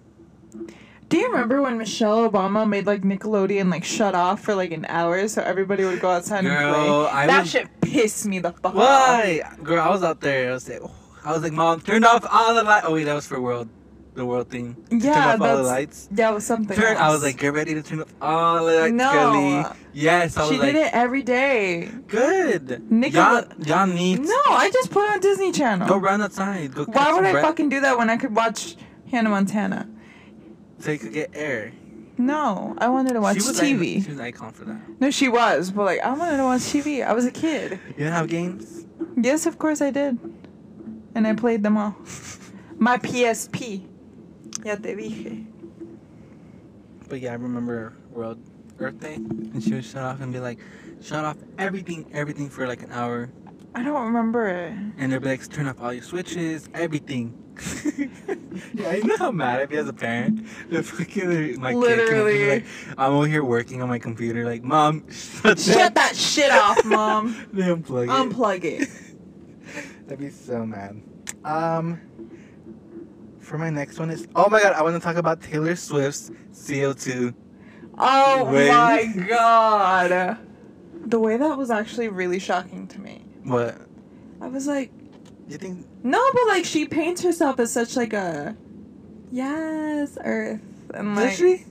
Speaker 3: Do you remember when Michelle Obama made like Nickelodeon like shut off for like an hour so everybody would go outside and
Speaker 2: Girl,
Speaker 3: play?
Speaker 2: I
Speaker 3: that
Speaker 2: was-
Speaker 3: shit pissed me the fuck off.
Speaker 2: why, girl? I was out there. I was like, oh, I was like, mom, turn off all the lights. Oh wait, that was for world, the world thing. Just turn
Speaker 3: Yeah,
Speaker 2: off all the
Speaker 3: that's-
Speaker 2: lights.
Speaker 3: That was something.
Speaker 2: Turn. I
Speaker 3: else.
Speaker 2: was like, get ready to turn off all the lights,
Speaker 3: No.
Speaker 2: girly. Yes, I was
Speaker 3: she
Speaker 2: like,
Speaker 3: did it every day.
Speaker 2: good. y'all,
Speaker 3: Nickel-
Speaker 2: y'all need.
Speaker 3: No, I just put it on Disney Channel.
Speaker 2: Go run outside. Go catch
Speaker 3: Why would
Speaker 2: some
Speaker 3: I
Speaker 2: breath
Speaker 3: fucking do that when I could watch Hannah Montana?
Speaker 2: so you could get air?
Speaker 3: No, I wanted to watch
Speaker 2: she was
Speaker 3: TV.
Speaker 2: Like, she was an icon for that.
Speaker 3: No, she was, but like I wanted to watch TV. I was a kid.
Speaker 2: You didn't have games.
Speaker 3: Yes, of course I did, and I played them all. My PSP. Ya te dije.
Speaker 2: But yeah, I remember World Earth Day, and she would shut off and be like, shut off everything, everything for like an hour,
Speaker 3: I don't remember it.
Speaker 2: and they'd be like, turn off all your switches, everything. *laughs* yeah, you know how mad I'd be as a parent. The fucking my
Speaker 3: Literally.
Speaker 2: kid, comes up and be like, I'm over here working on my computer, like, mom, shut, *laughs*
Speaker 3: Shut that shit off, mom.
Speaker 2: They unplug it.
Speaker 3: Unplug it.
Speaker 2: I'd be so mad. Um, for my next one is oh my god, I want to talk about Taylor Swift's CO2.
Speaker 3: Oh
Speaker 2: Wait. *laughs*
Speaker 3: my god. The way that was actually really shocking to me.
Speaker 2: What
Speaker 3: I was like,
Speaker 2: you think?
Speaker 3: no, but like she paints herself as such like a yes, Earth, and like,
Speaker 2: Does she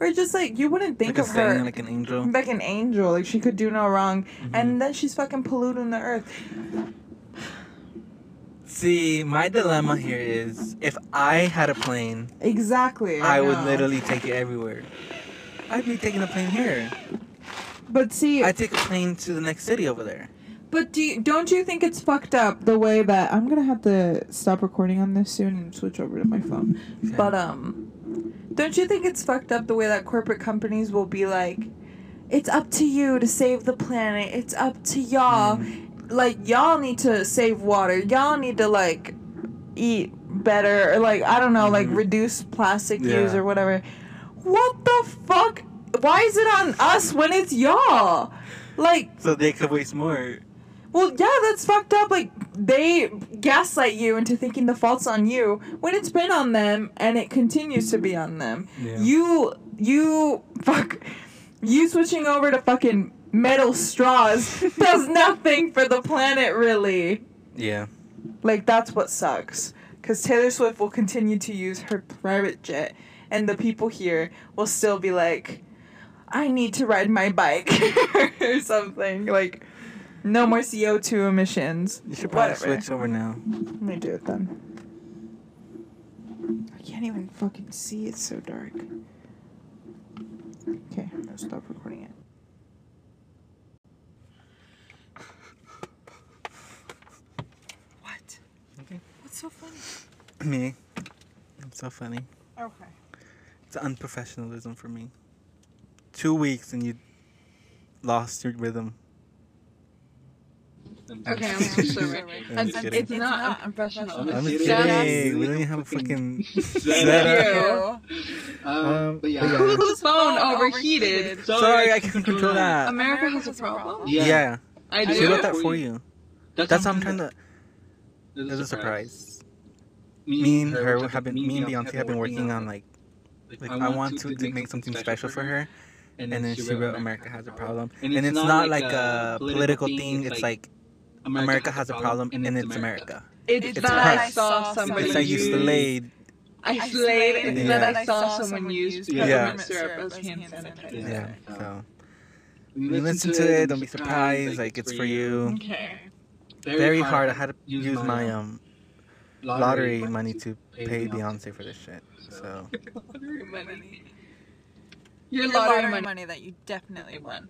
Speaker 3: or just like you wouldn't think
Speaker 2: like a
Speaker 3: of her
Speaker 2: saint, like an angel?
Speaker 3: like an angel, like she could do no wrong,
Speaker 2: Mm-hmm.
Speaker 3: and then she's fucking polluting the earth.
Speaker 2: See, my dilemma here is if I had a plane,
Speaker 3: Exactly.
Speaker 2: I, would
Speaker 3: know.
Speaker 2: literally take it everywhere. I'd be taking a plane here.
Speaker 3: But see,
Speaker 2: I take a plane to the next city over there.
Speaker 3: But do you, don't you think it's fucked up the way that I'm gonna have to stop recording on this soon and switch over to my phone?
Speaker 2: Okay.
Speaker 3: But um, don't you think it's fucked up the way that corporate companies will be like, it's up to you to save the planet. It's up to y'all.
Speaker 2: Mm.
Speaker 3: Like y'all need to save water. Y'all need to like eat better or like I don't know, like
Speaker 2: Mhm.
Speaker 3: reduce plastic use
Speaker 2: Yeah.
Speaker 3: or whatever. What the fuck? Why is it on us when it's y'all? Like
Speaker 2: So they could waste more.
Speaker 3: well, yeah, that's fucked up. Like they gaslight you into thinking the fault's on you when it's been on them and it continues to be on them.
Speaker 2: Yeah.
Speaker 3: You you fuck you switching over to fucking metal straws *laughs* does nothing for the planet really.
Speaker 2: Yeah.
Speaker 3: Like that's what sucks cuz Taylor Swift will continue to use her private jet and the people here will still be like I need to ride my bike *laughs* or something like no more CO2 emissions.
Speaker 2: You should probably
Speaker 3: Whatever.
Speaker 2: switch over now.
Speaker 3: Let me do it then. I can't even fucking see. It's so dark. Okay, I'm gonna stop recording it. What?
Speaker 2: Okay.
Speaker 3: What's so funny?
Speaker 2: Me. It's so funny.
Speaker 3: Okay.
Speaker 2: It's unprofessionalism for me. Two weeks and you lost your rhythm.
Speaker 4: Okay, I'm sorry.
Speaker 2: I'm just
Speaker 4: It's-
Speaker 2: kidding.
Speaker 4: It's not unprofessional.
Speaker 2: I'm just
Speaker 4: Shut up.
Speaker 2: kidding. We don't even have a fucking. *laughs*
Speaker 4: Shut
Speaker 2: Shut
Speaker 4: up.
Speaker 3: Ew.
Speaker 2: Um,
Speaker 4: Um, but
Speaker 2: but
Speaker 4: yeah.
Speaker 2: yeah.
Speaker 4: Whose phone overheated?
Speaker 2: Sorry, I can control that.
Speaker 4: America has a problem?
Speaker 2: Yeah,
Speaker 4: I
Speaker 2: she
Speaker 4: do.
Speaker 2: wrote that for you. That's how I'm trying to. There's a surprise. Me and her have been. Me and Beyonce have been working on like, like I want to to make something special for her.
Speaker 5: And
Speaker 2: And then she wrote "America Has a Problem," and it's not like a political thing. It's like America has a problem, and it's America.
Speaker 3: It's,
Speaker 2: It's
Speaker 3: that
Speaker 2: a
Speaker 3: I
Speaker 2: price.
Speaker 3: saw somebody.
Speaker 2: It's like you
Speaker 3: use-
Speaker 2: slayed.
Speaker 3: I slayed. It's
Speaker 2: Yeah.
Speaker 3: that I saw someone use
Speaker 5: Yeah.
Speaker 3: peppermint
Speaker 6: Yeah.
Speaker 3: syrup as hand sanitizer.
Speaker 5: Yeah.
Speaker 2: Yeah. So
Speaker 5: When
Speaker 2: when you listen to it. Don't be surprised. Like it's for you.
Speaker 3: Okay.
Speaker 2: Very hard. I had to use my um lottery money to
Speaker 5: pay
Speaker 2: pay
Speaker 5: Beyonce.
Speaker 2: Beyonce for this shit. So
Speaker 3: Lottery money.
Speaker 4: Your
Speaker 3: Your
Speaker 4: lottery,
Speaker 3: lottery
Speaker 4: money. that you definitely won.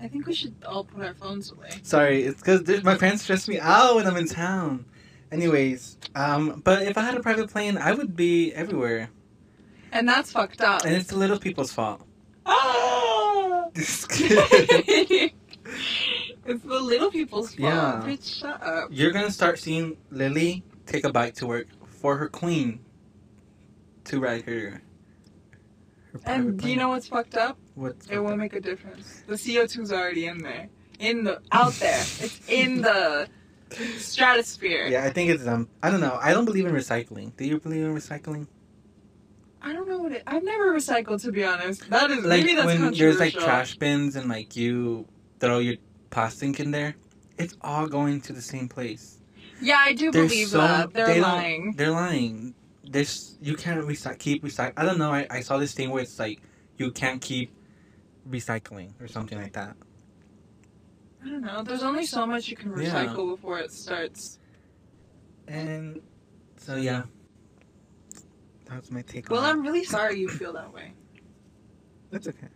Speaker 3: I think we should all put our phones away.
Speaker 2: sorry, it's because my parents stress me out when I'm in town. Anyways, um, but if I had a private plane, I would be everywhere,
Speaker 3: And that's fucked up.
Speaker 2: and it's the little people's fault. *laughs*
Speaker 3: Ah! it's the little people's fault.
Speaker 2: Yeah.
Speaker 3: Bitch, shut up.
Speaker 2: You're gonna start seeing Lily take a bike to work for her queen to ride her. her private
Speaker 3: And do you
Speaker 2: plane.
Speaker 3: know what's fucked up?
Speaker 2: what's
Speaker 3: It won't make a difference. The CO2's already in there. In the out there. It's in the stratosphere.
Speaker 2: Yeah, I think it's um. I don't know. I don't believe in recycling. Do you believe in recycling?
Speaker 3: I don't know what it I've never recycled to be honest. That is
Speaker 2: Like
Speaker 3: maybe that's
Speaker 2: when
Speaker 3: controversial.
Speaker 2: there's like trash bins and like you throw your plastic in there, it's all going to the same place.
Speaker 3: Yeah, I do
Speaker 2: There's
Speaker 3: believe
Speaker 2: so-
Speaker 3: that. They're
Speaker 2: they don't-
Speaker 3: lying.
Speaker 2: They're lying. There's you can't recycle. Keep recycle. I don't know. I, I saw this thing where it's like you can't keep recycling or something like that.
Speaker 3: I don't know. There's only so much you can
Speaker 2: Yeah.
Speaker 3: recycle before it starts.
Speaker 2: And so yeah, that's my take.
Speaker 3: Well,
Speaker 2: on
Speaker 3: I'm really sorry you feel that way.
Speaker 2: it. that's okay.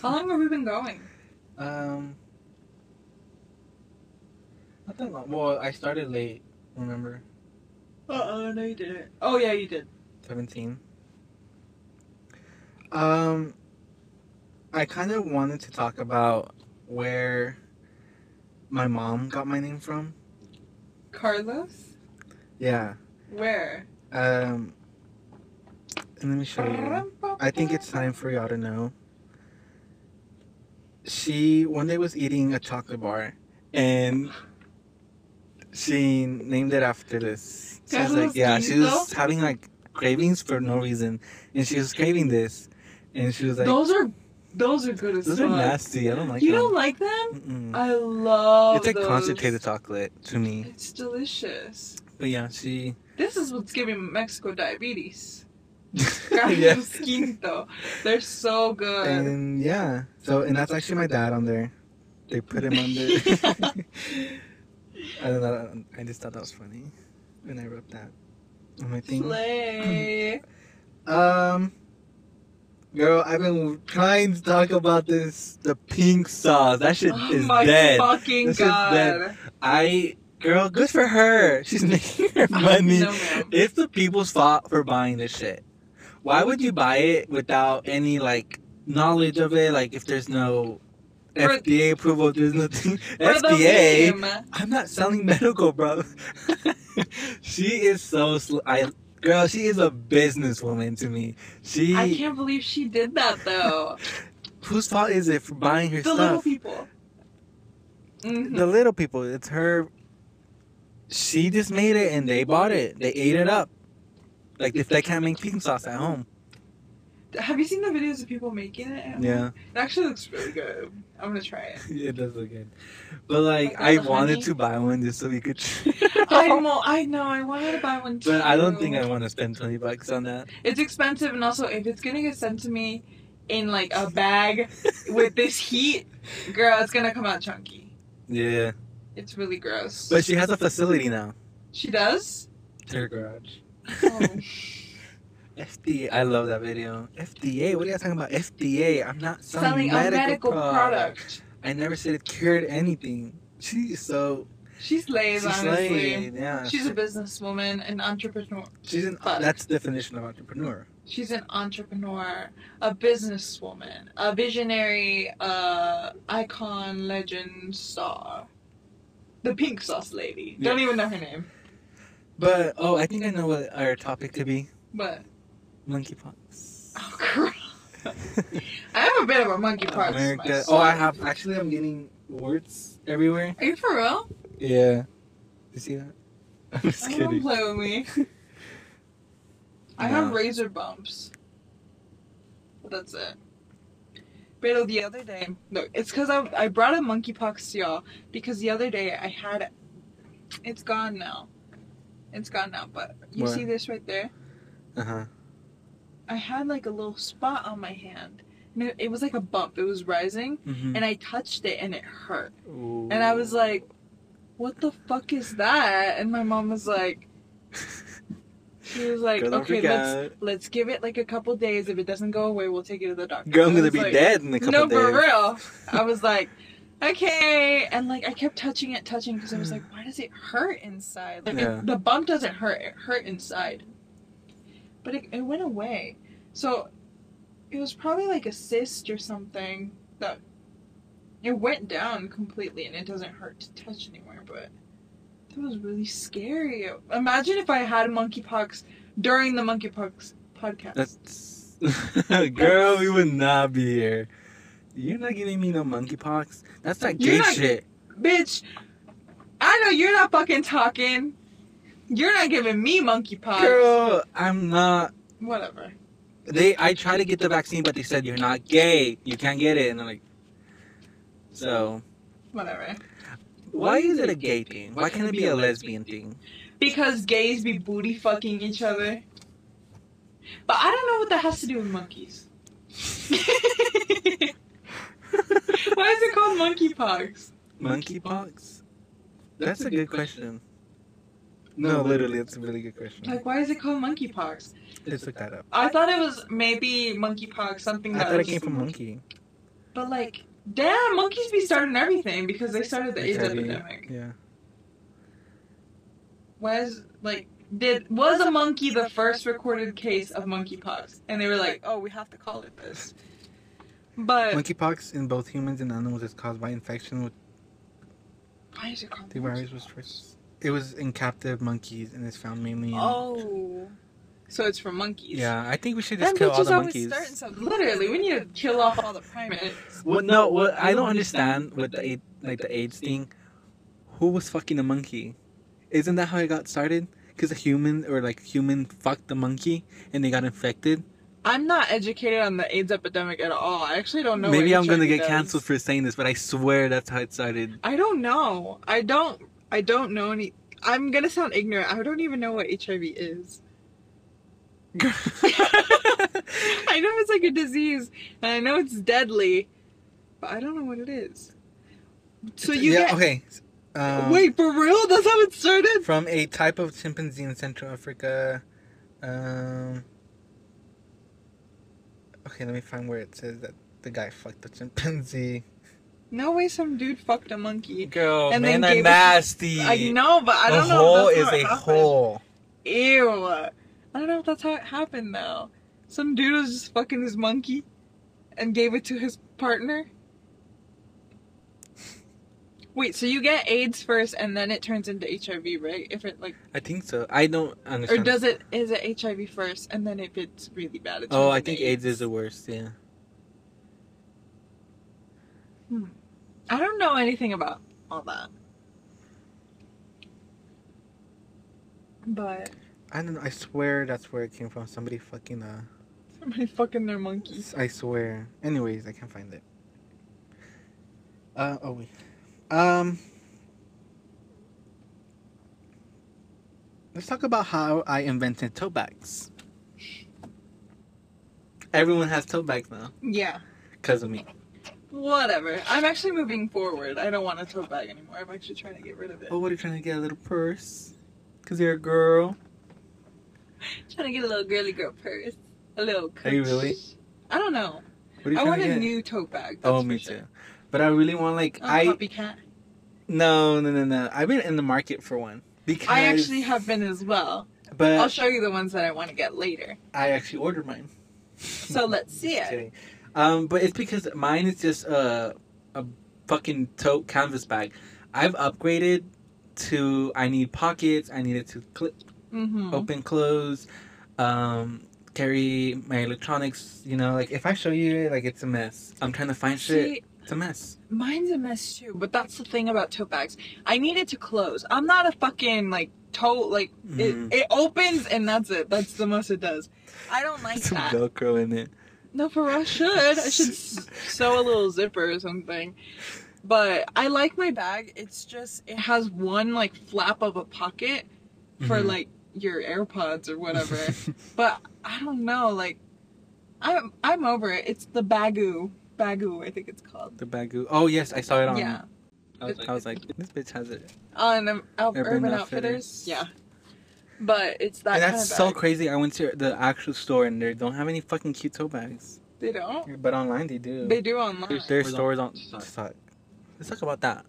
Speaker 3: How long have we been going?
Speaker 2: Um, not that long. Well, I started late. Remember,
Speaker 3: Uh oh, no, you didn't. Oh yeah, you did.
Speaker 2: seventeen. Um, I kind of wanted to talk about where my mom got my name from.
Speaker 3: Carlos,
Speaker 2: Yeah.
Speaker 3: where?
Speaker 2: Um, and let me show you. I think it's time for y'all to know. She one day was eating a chocolate bar and she named it after this. She was like,
Speaker 3: Carlos
Speaker 2: yeah, she was
Speaker 3: Quinto?
Speaker 2: having like cravings for no reason. And she was craving this. And she was like,
Speaker 3: those are those are good as
Speaker 2: those are
Speaker 3: fuck.
Speaker 2: nasty. I don't like
Speaker 3: you
Speaker 2: them.
Speaker 3: don't like them?
Speaker 2: Mm-mm.
Speaker 3: I love.
Speaker 2: It's like
Speaker 3: those.
Speaker 2: concentrated chocolate to me.
Speaker 3: It's delicious.
Speaker 2: But yeah,
Speaker 3: *laughs*
Speaker 2: she. *laughs*
Speaker 3: This is what's giving Mexico diabetes.
Speaker 2: yeah.
Speaker 3: Carlos Quinto. They're so good.
Speaker 2: And Uh, yeah, so and that's actually my dad on there. They put him on *laughs* the. I don't know. I just thought that was funny when I wrote that on my thing.
Speaker 3: Slay.
Speaker 2: Um, girl, I've been trying to talk about this. The pink sauce. That shit
Speaker 3: Oh
Speaker 2: is
Speaker 3: my
Speaker 2: dead.
Speaker 3: fucking
Speaker 2: This is
Speaker 3: god.
Speaker 2: dead. I girl, good for her.
Speaker 3: *laughs*
Speaker 2: She's making her money.
Speaker 3: No, ma'am.
Speaker 2: It's the people's fault for buying this shit. Why would you buy it without any like knowledge of it? Like if there's no
Speaker 3: For-
Speaker 2: FDA approval, there's nothing.
Speaker 3: *laughs* For the
Speaker 2: FDA.
Speaker 3: meme.
Speaker 2: I'm not selling medical, bro. *laughs* she is so sl- I girl. She is a businesswoman to me.
Speaker 3: I
Speaker 2: She
Speaker 3: can't believe she did that
Speaker 2: *laughs*
Speaker 3: though.
Speaker 2: whose fault is it for buying her
Speaker 3: the
Speaker 2: stuff?
Speaker 3: little people. Mhm.
Speaker 2: the little people. It's her. She just made it and they bought it. They ate it up. Like if they can't make pink sauce at home.
Speaker 3: Have you seen the videos of people making it?
Speaker 2: *laughs*
Speaker 3: It actually looks really good. I'm gonna try it.
Speaker 2: it does look good. But like
Speaker 3: Like
Speaker 2: I
Speaker 3: all the
Speaker 2: wanted
Speaker 3: honey.
Speaker 2: to buy one just so we could.
Speaker 3: *laughs* I know, I know. I wanted to buy one too.
Speaker 2: Oh. but I don't think I want to spend twenty bucks on that.
Speaker 3: It's expensive, and also if it's gonna get sent to me in like a bag
Speaker 2: *laughs*
Speaker 3: with this heat, girl, it's gonna come out chunky.
Speaker 2: Yeah.
Speaker 3: It's really gross.
Speaker 2: But she has a facility now.
Speaker 3: she does.
Speaker 2: Her *laughs* garage.
Speaker 3: Oh.
Speaker 2: FDA. I love that video. FDA. What are you guys talking about? FDA. I'm not selling,
Speaker 3: Selling a medical product.
Speaker 2: I never said it cured anything. She is so.
Speaker 3: She slays,
Speaker 2: she's
Speaker 3: honestly.
Speaker 2: slaying, Yeah.
Speaker 3: She's a businesswoman, an entrepreneur.
Speaker 2: She's an
Speaker 3: Fuck.
Speaker 2: that's the definition of entrepreneur.
Speaker 3: She's an entrepreneur, a businesswoman, a visionary, uh, icon, legend, star. The pink sauce lady. Don't even know her name,
Speaker 2: But oh, I think I know what our topic could be:
Speaker 3: but
Speaker 2: monkeypox.
Speaker 3: *laughs* oh, girl. I have a bit of a monkey part.
Speaker 2: America. Oh, I have. Actually, I'm getting warts everywhere.
Speaker 3: Are you for real?
Speaker 2: Yeah. You see that? *laughs* I'm just
Speaker 3: Oh, Don't
Speaker 2: kidding.
Speaker 3: play with me.
Speaker 2: *laughs*
Speaker 3: I
Speaker 2: No.
Speaker 3: have razor bumps. But that's it. But the other day, no, it's because I, I brought a monkeypox to y'all because the other day I had, it's gone now, it's gone now. But you
Speaker 2: What?
Speaker 3: see this right there?
Speaker 2: Uh huh.
Speaker 3: I had like a little spot on my hand, and it, it was like a bump. It was rising,
Speaker 2: Mm. Mm-hmm.
Speaker 3: and I touched it, and it hurt. And I was like, what the fuck is that? And my mom was like, she was like,
Speaker 2: Girl, don't
Speaker 3: okay,
Speaker 2: freak
Speaker 3: let's,
Speaker 2: out.
Speaker 3: let's give it like a couple days. If it doesn't go away, we'll take you to the doctor.
Speaker 2: Girl, I'm
Speaker 3: I
Speaker 2: gonna
Speaker 3: was
Speaker 2: be
Speaker 3: like,
Speaker 2: dead in a couple
Speaker 3: No,
Speaker 2: days.
Speaker 3: for real. I was like, okay. And like, I kept touching it, touching because I was like, why does it hurt inside? Like, it-
Speaker 2: Yeah.
Speaker 3: the bump doesn't hurt, it hurt inside. But it, it went away. So it was probably like a cyst or something that it went down completely and it doesn't hurt to touch anywhere, but that was really scary. Imagine if I had monkeypox during the monkeypox podcast.
Speaker 2: That's *laughs* girl. We would not be here. You're not giving me no monkeypox. That's that
Speaker 3: You're
Speaker 2: gay
Speaker 3: not-
Speaker 2: shit.
Speaker 3: Bitch, I know you're not fucking talking. You're not giving me monkeypox.
Speaker 2: Girl, I'm not.
Speaker 3: Whatever.
Speaker 2: They. I tried to get the vaccine, but they said you're not gay. You can't get it. And I'm like, so
Speaker 3: Whatever.
Speaker 2: why is it a gay thing? Why can't it be a lesbian thing?
Speaker 3: Because gays be booty fucking each other. But I don't know what that has to do
Speaker 2: *laughs*
Speaker 3: with monkeys.
Speaker 2: *laughs*
Speaker 3: Why is it called monkeypox?
Speaker 2: Monkeypox. That's a good question. No, literally, that's a really good question.
Speaker 3: Like, why is it called monkeypox?
Speaker 2: Let's look that up.
Speaker 3: I thought it was maybe monkeypox, something
Speaker 2: I
Speaker 3: that
Speaker 2: thought it
Speaker 3: was,
Speaker 2: came from monkey.
Speaker 3: But like, damn, monkeys be starting everything because they started the AIDS
Speaker 2: HIV.
Speaker 3: epidemic.
Speaker 2: Yeah.
Speaker 3: Why is like, did was a monkey the first recorded case of monkeypox? And they were like, oh, we have to call it this. But
Speaker 2: Monkeypox in both humans and animals is caused by infection with
Speaker 3: why is it called?
Speaker 2: the virus. Was first. It was in captive monkeys and is found mainly. In,
Speaker 3: Oh. So it's for monkeys.
Speaker 2: Yeah, I think we should
Speaker 4: Them
Speaker 2: just kill all
Speaker 4: bitches
Speaker 2: the
Speaker 4: always
Speaker 2: monkeys.
Speaker 4: starting something.
Speaker 3: Literally, we need to kill off all the primates.
Speaker 2: Well, no, well, I don't understand with the aid, like the AIDS thing. Who was fucking a monkey? Isn't that how it got started? Because a human or like human fucked the monkey and they got infected.
Speaker 3: I'm not educated on the AIDS epidemic at all. I actually don't know.
Speaker 2: Maybe
Speaker 3: what
Speaker 2: I'm gonna
Speaker 3: HIV
Speaker 2: get
Speaker 3: does.
Speaker 2: canceled for saying this, but I swear that's how it *laughs* started.
Speaker 3: I don't know. I don't. I don't know any. I'm gonna sound ignorant. I don't even know what HIV is. *laughs* I know it's like a disease, and I know it's deadly, but I don't know what it is. So you
Speaker 2: yeah,
Speaker 3: get
Speaker 2: okay. Um,
Speaker 3: wait for real? That's how it started.
Speaker 2: from a type of chimpanzee in Central Africa. Um, okay, let me find where it says that the guy fucked the chimpanzee.
Speaker 3: No way, some dude fucked a monkey.
Speaker 2: Girl,
Speaker 3: And then
Speaker 2: men are
Speaker 3: gave it-
Speaker 2: nasty.
Speaker 3: I know, but I
Speaker 2: a
Speaker 3: don't
Speaker 2: hole
Speaker 3: know. if
Speaker 2: is
Speaker 3: that's how
Speaker 2: a
Speaker 3: it happened.
Speaker 2: hole.
Speaker 3: Ew. I don't know if that's how it happened though. Some dude was just fucking his monkey and gave it to his partner. Wait, so you get AIDS first and then it turns into HIV, right? If it like
Speaker 2: I think so. I don't
Speaker 3: or
Speaker 2: understand.
Speaker 3: does it is it HIV first and then if it's really bad it
Speaker 2: Oh,
Speaker 3: turns
Speaker 2: I
Speaker 3: into
Speaker 2: think AIDS is the worst. Yeah.
Speaker 3: I don't know anything about all that. But
Speaker 2: I don't. know, I swear that's where it came from. Somebody fucking. Uh,
Speaker 3: somebody fucking their monkey.
Speaker 2: I swear. Anyways, I can't find it. Uh oh wait. Um Let's talk about how I invented tote bags. Everyone has tote bags now
Speaker 3: Yeah.
Speaker 2: because of me.
Speaker 3: Whatever. I'm actually moving forward. I don't want a tote bag anymore. I'm actually trying to get rid of it.
Speaker 2: Oh, what are you trying to get a little purse? Cause you're a girl.
Speaker 3: trying to get a little girly girl purse. A little.
Speaker 2: Are you really?
Speaker 3: cush. I don't know.
Speaker 2: What are you
Speaker 3: I
Speaker 2: trying
Speaker 3: want
Speaker 2: to
Speaker 3: a
Speaker 2: get?
Speaker 3: new tote bag. That's
Speaker 2: oh,
Speaker 3: for
Speaker 2: me
Speaker 3: sure.
Speaker 2: too. But I really want like
Speaker 3: A
Speaker 2: I
Speaker 3: copycat.
Speaker 2: no no no no. I've been in the market for one because
Speaker 3: I actually have been as well.
Speaker 2: But
Speaker 3: I'll show you the ones that I want to get later.
Speaker 2: I actually ordered mine. *laughs*
Speaker 3: So let's see
Speaker 2: Just
Speaker 3: it.
Speaker 2: kidding. Um, but it's because mine is just a a fucking tote canvas bag. I've upgraded to I need pockets. I need it Oh, to clip
Speaker 3: Mm-hmm.
Speaker 2: open close. Um, carry my electronics. You know, like if I show you it, like it's a mess. I'm trying to find shit.
Speaker 3: See,
Speaker 2: It's a mess.
Speaker 3: mine's a mess too, but that's the thing about tote bags. I need it to close. I'm not a fucking like tote like
Speaker 2: Mhm.
Speaker 3: it, it opens and that's it. That's the most it does. I don't like
Speaker 2: Some
Speaker 3: that.
Speaker 2: Velcro in it.
Speaker 3: No, for real, I should. I should s- sew a little zipper or something. But I like my bag. It's just, it has one like flap of a pocket for
Speaker 2: Mhm.
Speaker 3: like your AirPods or whatever. but I don't know, like, I'm, I'm over it. It's the Bagoo. Bagoo, I think it's called.
Speaker 2: *laughs* the bagu. Oh yes, I saw it on.
Speaker 3: yeah.
Speaker 2: I was, I was like, this bitch has it.
Speaker 3: On um, Al-
Speaker 2: Urban
Speaker 3: Urban,
Speaker 2: Outfitters.
Speaker 3: Outfitters. Yeah. But it's that
Speaker 2: and
Speaker 3: kind
Speaker 2: that's
Speaker 3: of
Speaker 2: so
Speaker 3: bag.
Speaker 2: crazy. I went to the actual store and they don't have any fucking cute tote bags.
Speaker 3: They don't?
Speaker 2: But online they do.
Speaker 3: They do online.
Speaker 2: There's
Speaker 5: Where's
Speaker 2: stores on.
Speaker 5: Suck.
Speaker 2: Suck. Let's talk about that.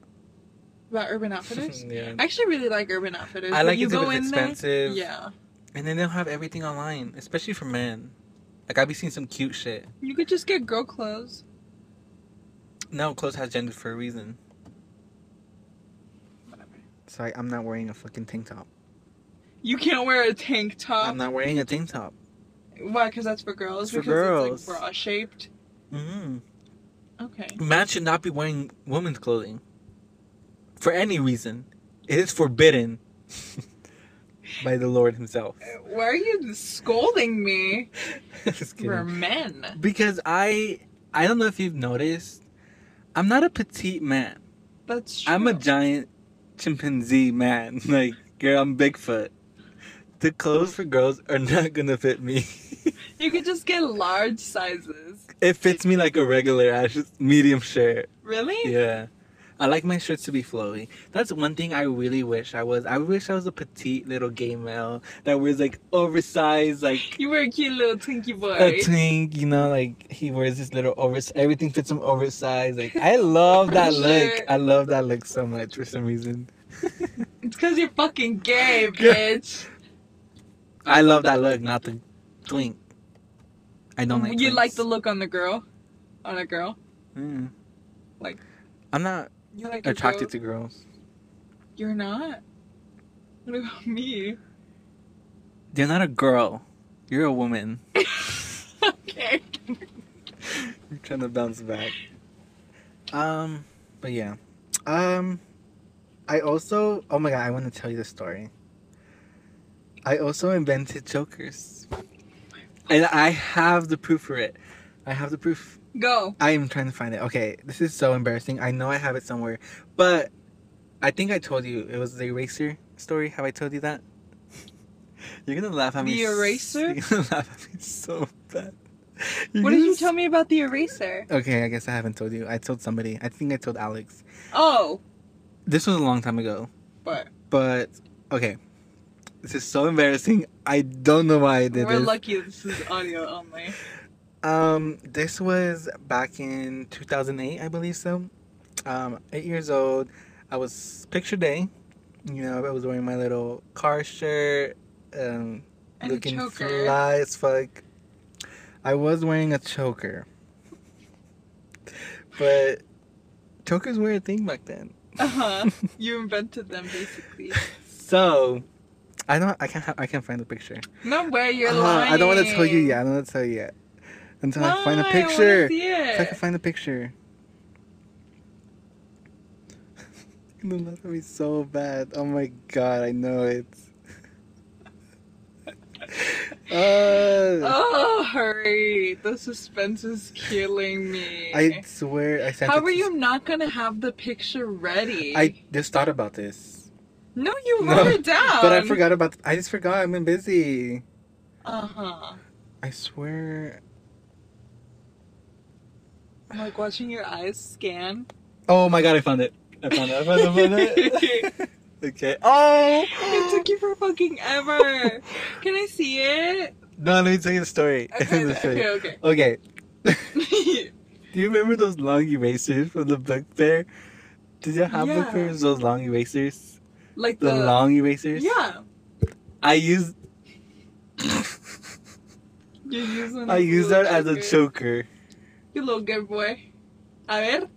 Speaker 3: About Urban Outfitters?
Speaker 2: *laughs* yeah.
Speaker 3: I actually really like Urban Outfitters.
Speaker 2: I
Speaker 3: When
Speaker 2: like
Speaker 3: you
Speaker 2: it because
Speaker 3: go
Speaker 2: it's
Speaker 3: in there-
Speaker 2: expensive.
Speaker 3: yeah.
Speaker 2: And then they'll have everything online, especially for men. Like I've been seeing some cute shit.
Speaker 3: You could just get girl clothes.
Speaker 2: No, clothes has gender for a reason. So I, I'm not wearing a fucking tank top.
Speaker 3: You can't wear a tank top.
Speaker 2: I'm not wearing a tank top.
Speaker 3: Why? Because that's for girls.
Speaker 2: It's for
Speaker 3: because
Speaker 2: girls.
Speaker 3: It's like bra shaped.
Speaker 2: Mm.
Speaker 3: Okay.
Speaker 2: Man should not be wearing women's clothing. For any reason, it is forbidden *laughs* by the Lord Himself. *laughs*
Speaker 3: Why are you scolding me
Speaker 2: Just kidding.
Speaker 3: for men?
Speaker 2: Because I, I don't know if you've noticed, I'm not a petite man.
Speaker 3: That's true.
Speaker 2: I'm a giant chimpanzee man. *laughs* Like, girl, I'm Bigfoot. The clothes for girls are not gonna fit me. *laughs*
Speaker 3: you could just get large sizes.
Speaker 2: It fits me like a regular ass medium shirt.
Speaker 3: Really?
Speaker 2: Yeah. I like my shirts to be flowy. That's one thing I really wish I was. I wish I was a petite little gay male that wears like oversized, like
Speaker 3: You were a cute little twinkie boy.
Speaker 2: a twink, you know, like he wears this little oversized, everything fits him oversized. Like, I love that look.
Speaker 3: Sure.
Speaker 2: I love that look so much for some reason.
Speaker 3: it's because you're fucking gay,
Speaker 2: Yeah.
Speaker 3: bitch.
Speaker 2: I love that look, not the twink. I don't like.
Speaker 3: you
Speaker 2: twinks.
Speaker 3: like the look on the girl, on a girl.
Speaker 2: Mm.
Speaker 3: Like-
Speaker 2: I'm not
Speaker 3: You like the
Speaker 2: attracted
Speaker 3: girl-
Speaker 2: to girls.
Speaker 3: You're not. What about me? *laughs*
Speaker 2: You're not a girl. You're a woman.
Speaker 3: okay.
Speaker 2: You're trying to bounce back. Um, but yeah. Um, I also. Oh my god! I want to tell you the story. I also invented chokers, and I have the proof for it. I have the proof.
Speaker 3: Go.
Speaker 2: I am trying to find it. Okay, this is so embarrassing. I know I have it somewhere, but I think I told you it was the eraser story. Have I told you that? *laughs* You're gonna laugh at me.
Speaker 3: The
Speaker 2: s-
Speaker 3: eraser?
Speaker 2: You're gonna *laughs* laugh at me so bad. You're
Speaker 3: What did
Speaker 2: gonna
Speaker 3: you
Speaker 2: s-
Speaker 3: tell me about the eraser?
Speaker 2: Okay, I guess I haven't told you. I told somebody. I think I told Alex.
Speaker 3: Oh,
Speaker 2: This was a long time ago,
Speaker 3: but
Speaker 2: but okay. This is so embarrassing. I don't know why I did
Speaker 3: we're
Speaker 2: this.
Speaker 3: lucky this is audio only.
Speaker 2: Um, this was back in 2008, I believe so. Um, eight years old. I was picture day. You know, I was wearing my little car shirt, um,
Speaker 3: And a
Speaker 2: looking
Speaker 3: choker.
Speaker 2: fly as fuck. I was wearing a choker, but chokers were a thing back then.
Speaker 3: Uh huh. You invented them basically.
Speaker 2: So, I don't. I can't. Ha- I can't find the picture.
Speaker 3: No way, you're
Speaker 2: Ah,
Speaker 3: lying.
Speaker 2: I don't want to tell you yet. I don't want to tell you yet until
Speaker 3: Why?
Speaker 2: I find a
Speaker 3: wanna
Speaker 2: picture.
Speaker 3: see
Speaker 2: If I can
Speaker 3: *laughs* it.
Speaker 2: find a picture. *laughs* You're gonna laugh at me so bad. Oh my god, I know it. *laughs* uh,
Speaker 3: Oh, hurry! The suspense is killing me.
Speaker 2: I swear I sent
Speaker 3: How
Speaker 2: it
Speaker 3: were
Speaker 2: to-
Speaker 3: you not gonna have the picture ready?
Speaker 2: I just thought about this.
Speaker 3: no, you
Speaker 2: No,
Speaker 3: wrote it down.
Speaker 2: but I forgot about I just forgot I've been busy.
Speaker 3: Uh huh.
Speaker 2: I swear
Speaker 3: I'm like watching your eyes scan.
Speaker 2: Oh my god I found it. I found it. I found it. I found it. *laughs*
Speaker 3: *laughs*
Speaker 2: okay. Oh
Speaker 3: It took you for fucking ever. Can I see
Speaker 2: *laughs*
Speaker 3: it?
Speaker 2: *gasps* No, let me tell you the story. *laughs*
Speaker 3: Okay,
Speaker 2: The story.
Speaker 3: okay,
Speaker 2: okay. *laughs*
Speaker 3: okay. *laughs*
Speaker 2: Do you remember those long erasers from the book fair? Did you have book
Speaker 3: Yeah.
Speaker 2: fairs those long erasers?
Speaker 3: like
Speaker 2: The
Speaker 3: the,
Speaker 2: long erasers?
Speaker 3: yeah.
Speaker 2: I used
Speaker 3: You use them. *laughs*
Speaker 2: I
Speaker 3: you
Speaker 2: used
Speaker 3: little
Speaker 2: that as a
Speaker 3: joker.
Speaker 2: choker.
Speaker 3: You little good boy. A ver.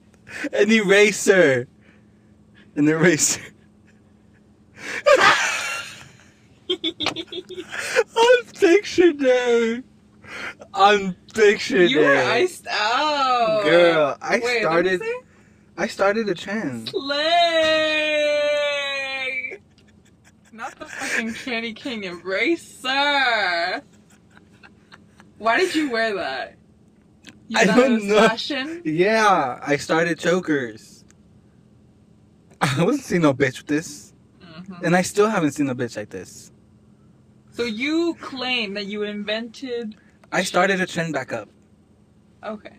Speaker 2: An eraser. An
Speaker 3: *laughs*
Speaker 2: eraser. On picture day. on picture
Speaker 3: You were
Speaker 2: day.
Speaker 3: iced out.
Speaker 2: Girl, I
Speaker 3: Wait, what did you
Speaker 2: started-
Speaker 3: say?
Speaker 2: I started a trend.
Speaker 3: Slay! Not the fucking Candy King eraser! Why did you wear that? You
Speaker 2: I
Speaker 3: thought
Speaker 2: don't
Speaker 3: it was
Speaker 2: know.
Speaker 3: Fashion?
Speaker 2: Yeah, I started chokers. *laughs* I wasn't seeing no bitch with this,
Speaker 3: Mhm.
Speaker 2: and I still haven't seen a bitch like this.
Speaker 3: So you claim that you invented.
Speaker 2: I started a trend back up.
Speaker 3: Okay.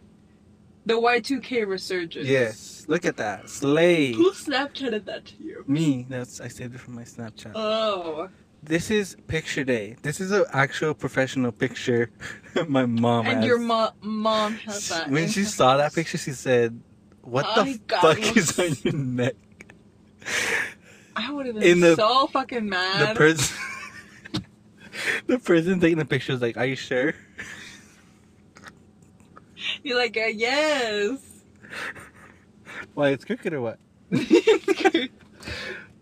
Speaker 3: The Y2K resurgence.
Speaker 2: Yes, look at that, slay.
Speaker 3: Who Snapchatted that to you?
Speaker 2: Me, that's I saved it from my Snapchat.
Speaker 3: Oh.
Speaker 2: This is picture day. This is an actual professional picture. *laughs* my mom.
Speaker 3: and
Speaker 2: has.
Speaker 3: your mo- mom has
Speaker 2: She-
Speaker 3: that.
Speaker 2: Oh, When
Speaker 3: in
Speaker 2: she
Speaker 3: her
Speaker 2: saw that
Speaker 3: house.
Speaker 2: picture, she said, "What
Speaker 3: I
Speaker 2: the
Speaker 3: got
Speaker 2: fuck
Speaker 3: one."
Speaker 2: is on your neck?"
Speaker 3: I would have
Speaker 2: in
Speaker 3: been
Speaker 2: the-
Speaker 3: so fucking mad.
Speaker 2: The person, *laughs* the person taking the picture was like, "Are you sure?"
Speaker 3: You're like,
Speaker 2: *laughs*
Speaker 3: uh, yes.
Speaker 2: Why it's crooked or what?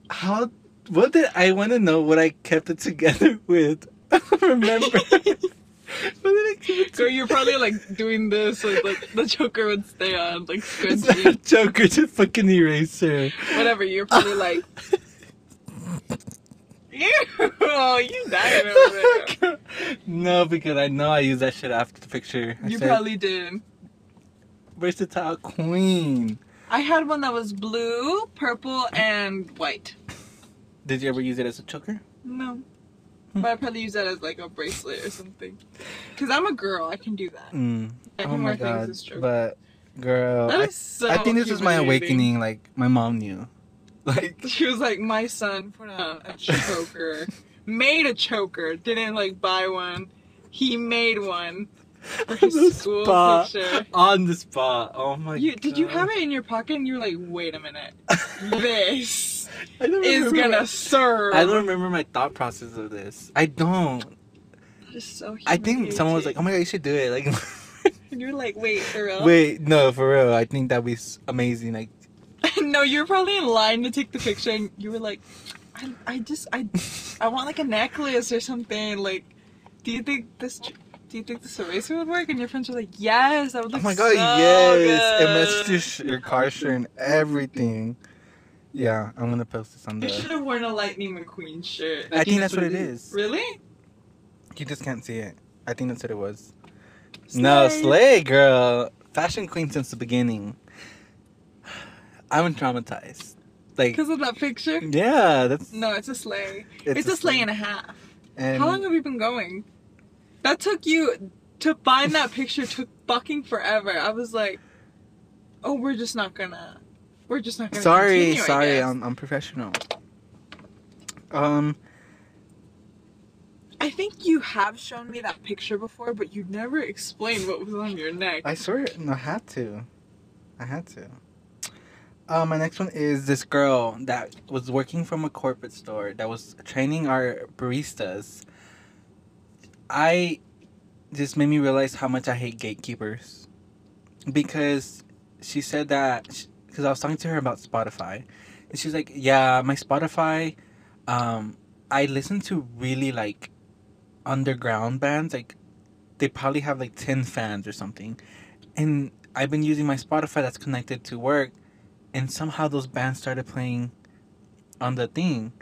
Speaker 2: How? What did I want to know? What I kept it together *laughs* with? I don't
Speaker 3: *laughs*
Speaker 2: remember. what did I keep it
Speaker 3: So you're probably like doing this, like, like the choker would stay on, like
Speaker 2: together? *laughs*
Speaker 3: scratching,
Speaker 2: Joker to fucking eraser.
Speaker 3: whatever. You're probably like, ew, oh, you dying over there.
Speaker 2: *laughs* no, because I know I used that shit after the picture. I
Speaker 3: You
Speaker 2: said,
Speaker 3: probably did.
Speaker 2: versatile queen.
Speaker 3: I had one that was blue, purple, and white.
Speaker 2: Did you ever use it as a choker?
Speaker 3: No, but I probably use that as like a bracelet or something. Cause I'm a girl, I can do that.
Speaker 2: Mm.
Speaker 3: I can
Speaker 2: Oh
Speaker 3: wear
Speaker 2: my
Speaker 3: things
Speaker 2: god!
Speaker 3: as true.
Speaker 2: But girl,
Speaker 3: That
Speaker 2: I,
Speaker 3: is so.
Speaker 2: I think this was my
Speaker 3: humiliating.
Speaker 2: awakening. Like my mom knew. *laughs* Like
Speaker 3: She was like, my son put on a choker, made a choker, didn't like buy one. He made one.
Speaker 2: *laughs*
Speaker 3: for his
Speaker 2: The
Speaker 3: *laughs* school
Speaker 2: spot.
Speaker 3: picture.
Speaker 2: on the spot. Oh my
Speaker 3: You,
Speaker 2: god!
Speaker 3: did you have it in your pocket and you were like, wait a minute,
Speaker 2: *laughs*
Speaker 3: this
Speaker 2: I don't
Speaker 3: is
Speaker 2: remember
Speaker 3: gonna
Speaker 2: my-
Speaker 3: serve.
Speaker 2: I don't remember my thought process of this. I don't.
Speaker 3: That is so
Speaker 2: I think someone was like, "Oh
Speaker 3: humiliating.
Speaker 2: my god, you should do it!"
Speaker 3: *laughs*
Speaker 2: Like, *laughs*
Speaker 3: And you're like, wait, for real?
Speaker 2: wait, no, for real. I think that'd be s- amazing. Like,
Speaker 3: *laughs*
Speaker 2: oh
Speaker 3: no, you're probably in line to take the picture and you were like, I, I just,
Speaker 2: *laughs*
Speaker 3: I, I want like a necklace or something. Like, do you think this, do you think this eraser would work? And your friends were like, yes, that would
Speaker 2: oh
Speaker 3: look
Speaker 2: my god,
Speaker 3: so
Speaker 2: yes!
Speaker 3: good.
Speaker 2: It messaged your, sh- your car shirt and everything. Yeah, I'm gonna post this on
Speaker 3: You should
Speaker 2: the.
Speaker 3: have worn a Lightning McQueen shirt.
Speaker 2: I think that's what it is.
Speaker 3: Really?
Speaker 2: You just can't see it. I think that's what it was. No, Slay girl, fashion queen since the beginning. *sighs* I'm traumatized. Like,
Speaker 3: Because of that picture?
Speaker 2: yeah, that's
Speaker 3: No, it's a sleigh. It's, a, sleigh and a half.
Speaker 2: And
Speaker 3: How long have you been going? That took you to find that picture took fucking forever. I was like, oh, we're just not gonna, we're just not gonna.
Speaker 2: sorry,
Speaker 3: continue, I
Speaker 2: sorry,
Speaker 3: guess.
Speaker 2: I'm, I'm professional. Um,
Speaker 3: I think you have shown me that picture before, but you never explained what was on your neck.
Speaker 2: I swear, no, I had to. I had to. Uh, my next one is this girl that was working from a corporate store that was training our baristas. I this made me realize how much I hate gatekeepers because she said that because I was talking to her about Spotify and she's like, "Yeah, my Spotify um I listen to really like underground bands like they probably have like 10 fans or something. And I've been using my Spotify that's connected to work, and somehow those bands started playing on the thing.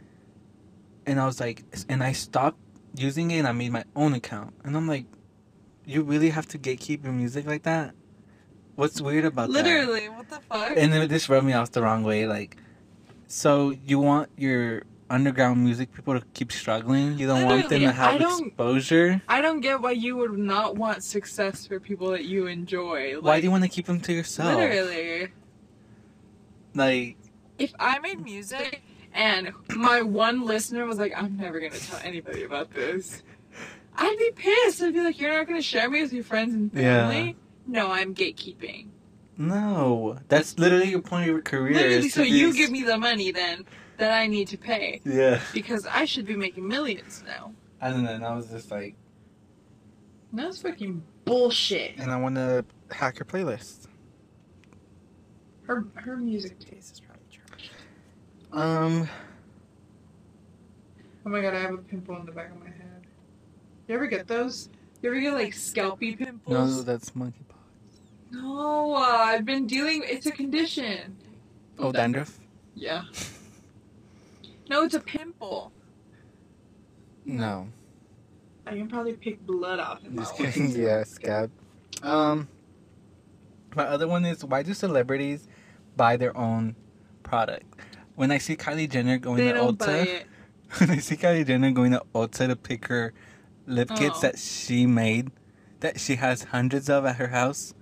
Speaker 2: And I was like, and I stopped using it and I made my own account. And I'm like, you really have to gatekeep your music like that? What's weird about that?
Speaker 3: Literally, what the fuck?
Speaker 2: and then this rubbed me off the wrong way. Like, so you want your underground music people to keep struggling? You don't want them
Speaker 3: Literally,
Speaker 2: to have
Speaker 3: I don't-
Speaker 2: exposure.
Speaker 3: I don't get why you would not want success for people that you enjoy. Like,
Speaker 2: Why do you want to keep them to yourself?
Speaker 3: Literally.
Speaker 2: Like,
Speaker 3: If I made music and my one listener was like, I'm never gonna tell anybody about this, I'd be pissed. I'd be like, You're not gonna share me with your friends and
Speaker 2: Yeah.
Speaker 3: family? No, I'm gatekeeping.
Speaker 2: no, that's literally your point of your career.
Speaker 3: Literally,
Speaker 2: is to
Speaker 3: so you
Speaker 2: be-
Speaker 3: give me the money then that I need to pay
Speaker 2: Yeah,
Speaker 3: because I should be making millions now.
Speaker 2: I don't know. And I was just like,
Speaker 3: That's fucking bullshit.
Speaker 2: and I want to hack your playlist.
Speaker 3: Her her music taste.
Speaker 7: Taste is probably trash.
Speaker 2: Um,
Speaker 3: Oh my god, I have a pimple on the back of my head. You ever get those? You ever get like scalpy
Speaker 2: No,
Speaker 3: pimples?
Speaker 2: that's monkeypox.
Speaker 3: No, uh, I've been dealing. It's a condition.
Speaker 2: Oh, dandruff?
Speaker 3: *laughs* Yeah. No, it's a pimple.
Speaker 2: No.
Speaker 3: I can probably pick blood off in
Speaker 2: Just
Speaker 3: that
Speaker 2: kidding. *laughs*
Speaker 3: one.
Speaker 2: yeah, scab. Um, my other one is why do celebrities buy their own product? When I see Kylie Jenner going
Speaker 3: They
Speaker 2: to
Speaker 3: don't buy
Speaker 2: Ulta,
Speaker 3: it.
Speaker 2: *laughs* when I see Kylie Jenner going to Ulta to pick her lip kits
Speaker 3: Oh.
Speaker 2: that she made, that she has hundreds of at her house.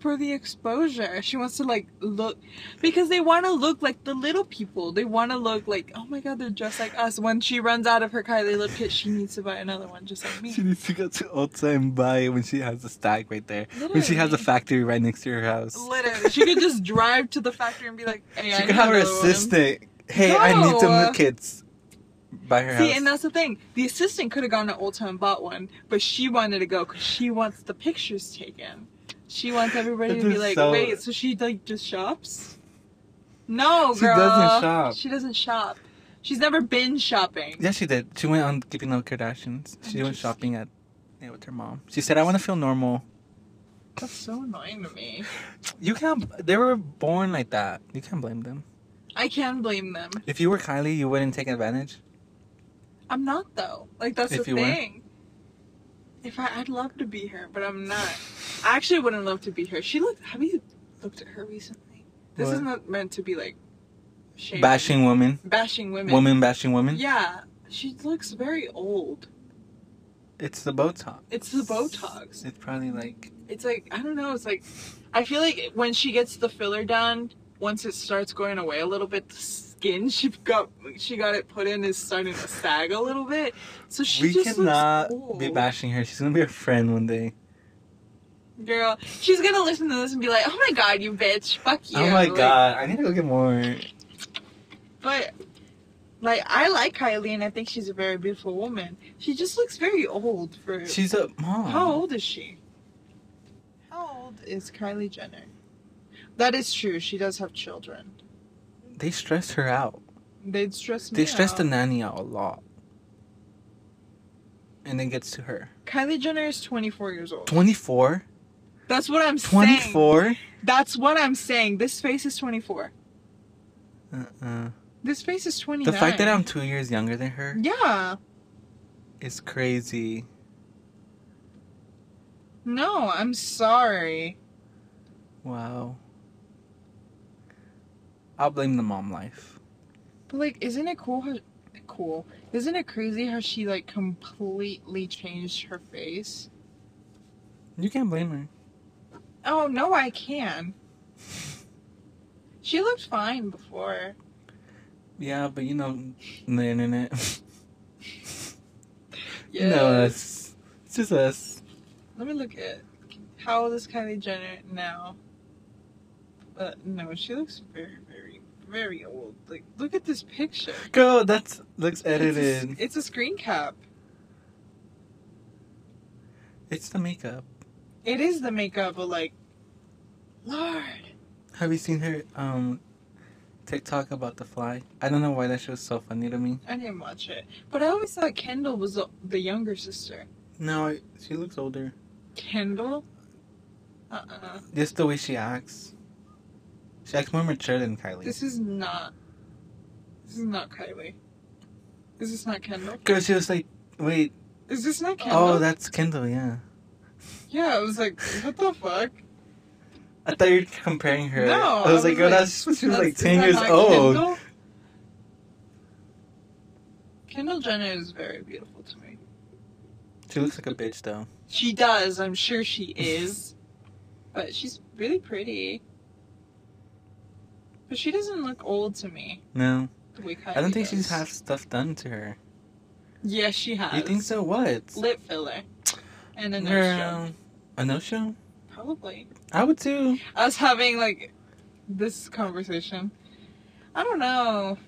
Speaker 3: for the exposure. She wants to like look because they want to look like the little people. They want to look like oh my god, they're just like us. When she runs out of her Kylie lip kit, she needs to buy another one just like
Speaker 2: She
Speaker 3: me.
Speaker 2: needs to go to Ulta and buy it when she has a stack right there. When she has a
Speaker 3: Literally.
Speaker 2: factory right next to her house.
Speaker 3: Literally, she could just drive to the factory and be like, "Hey, I
Speaker 2: She
Speaker 3: need
Speaker 2: could have her
Speaker 3: another one."
Speaker 2: assistant. Hey, I need some
Speaker 3: No.
Speaker 2: lip kits. By her
Speaker 3: See,
Speaker 2: house.
Speaker 3: and that's the thing. The assistant could have gone to Ulta and bought one, but she wanted to go because she wants the pictures taken. She wants everybody
Speaker 2: That
Speaker 3: to be
Speaker 2: is
Speaker 3: like,
Speaker 2: so-
Speaker 3: wait, so she like just shops? No,
Speaker 2: She
Speaker 3: girl.
Speaker 2: doesn't shop.
Speaker 3: She doesn't shop. She's never been shopping.
Speaker 2: Yeah, she did. She went on Keeping Up with Kardashians. She went shopping at yeah, with her mom. She said, "I want to feel normal."
Speaker 3: That's so annoying to me.
Speaker 2: You can't. They were born like that. You can't blame them.
Speaker 3: I can blame them.
Speaker 2: If you were Kylie, you wouldn't take advantage.
Speaker 3: I'm not though. Like that's
Speaker 2: If
Speaker 3: the
Speaker 2: you were?
Speaker 3: thing. If I, I'd love to be her, but I'm not. I actually wouldn't love to be her. She looked. Have you looked at her recently? This is
Speaker 2: What?
Speaker 3: not meant to be like shaming.
Speaker 2: Bashing women,
Speaker 3: bashing women.
Speaker 2: woman bashing women.
Speaker 3: Yeah, she looks very old.
Speaker 2: It's the Botox.
Speaker 3: It's the Botox.
Speaker 2: It's probably like
Speaker 3: It's like I don't know. It's like I feel like when she gets the filler done, once it starts going away a little bit, the skin *laughs* she got she got it put in is starting to sag a little bit. So she
Speaker 2: we
Speaker 3: just
Speaker 2: cannot
Speaker 3: looks old.
Speaker 2: be bashing her. She's gonna be our friend one day.
Speaker 3: Girl, she's gonna listen to this and be like, "Oh my god, you bitch! Fuck you!"
Speaker 2: oh my
Speaker 3: Like,
Speaker 2: god, I need to go get more.
Speaker 3: But like, I like Kylie, and I think she's a very beautiful woman. She just looks very old for.
Speaker 2: She's a mom.
Speaker 3: How old is she? How old is Kylie Jenner? That is true. She does have children.
Speaker 2: They stress her out.
Speaker 3: They'd stress me
Speaker 2: They stress
Speaker 3: out.
Speaker 2: the nanny out a lot, and it gets to her.
Speaker 3: Kylie Jenner is 24 years old.
Speaker 2: Twenty four.
Speaker 3: That's what I'm saying.
Speaker 2: 24?
Speaker 3: That's what I'm saying. This face is 24.
Speaker 2: Uh-uh.
Speaker 3: This face is 29.
Speaker 2: The fact that I'm two years younger than her
Speaker 3: Yeah.
Speaker 2: is crazy.
Speaker 3: No, I'm sorry.
Speaker 2: Wow. I'll blame the mom life.
Speaker 3: But like, isn't it cool? How, cool. Isn't it crazy how she like completely changed her face?
Speaker 2: You can't blame her.
Speaker 3: Oh no, I can.
Speaker 2: *laughs*
Speaker 3: She looked fine before.
Speaker 2: Yeah, but you know, the internet. *laughs* You know us. It's just us.
Speaker 3: Let me look at how old is Kylie Jenner now? But no, she looks very, very, very old. Like, look at this picture.
Speaker 2: Girl, that looks
Speaker 3: It's
Speaker 2: edited.
Speaker 3: a, it's a screen cap.
Speaker 2: It's the makeup.
Speaker 3: It is the makeup, but like, Lord,
Speaker 2: Have you seen her um TikTok about the fly? I don't know why that show's so funny to me.
Speaker 3: I didn't watch it. But I always thought Kendall was the, the younger sister.
Speaker 2: No, I- she looks older.
Speaker 3: Kendall? Uh uh
Speaker 2: Just the way she acts. She acts more mature than Kylie.
Speaker 3: This is not. This is not Kylie. Is this not Kendall?
Speaker 2: Girl, she was like, wait,
Speaker 3: Is this not Kendall?
Speaker 2: oh, that's Kendall, yeah.
Speaker 3: yeah, I was like, what the fuck?
Speaker 2: I thought you were comparing her.
Speaker 3: No,
Speaker 2: I was
Speaker 3: I
Speaker 2: like,
Speaker 3: was
Speaker 2: girl,
Speaker 3: like, *laughs*
Speaker 2: that's, she was like
Speaker 3: That's- is
Speaker 2: 10
Speaker 3: that
Speaker 2: years
Speaker 3: not
Speaker 2: old.
Speaker 3: Kendall? Kendall Jenner is very beautiful to me.
Speaker 2: She looks like a bitch, though.
Speaker 3: She does, I'm sure she is. but she's really pretty. But she doesn't look old to me.
Speaker 2: No.
Speaker 3: The way Kylie
Speaker 2: I don't think she's
Speaker 3: does.
Speaker 2: had stuff done to her.
Speaker 3: Yeah, she has.
Speaker 2: You think so? What?
Speaker 3: Lip filler. And a nose job.
Speaker 2: Girl. A no show?
Speaker 3: Probably.
Speaker 2: I would too.
Speaker 3: us having like this conversation. I don't know.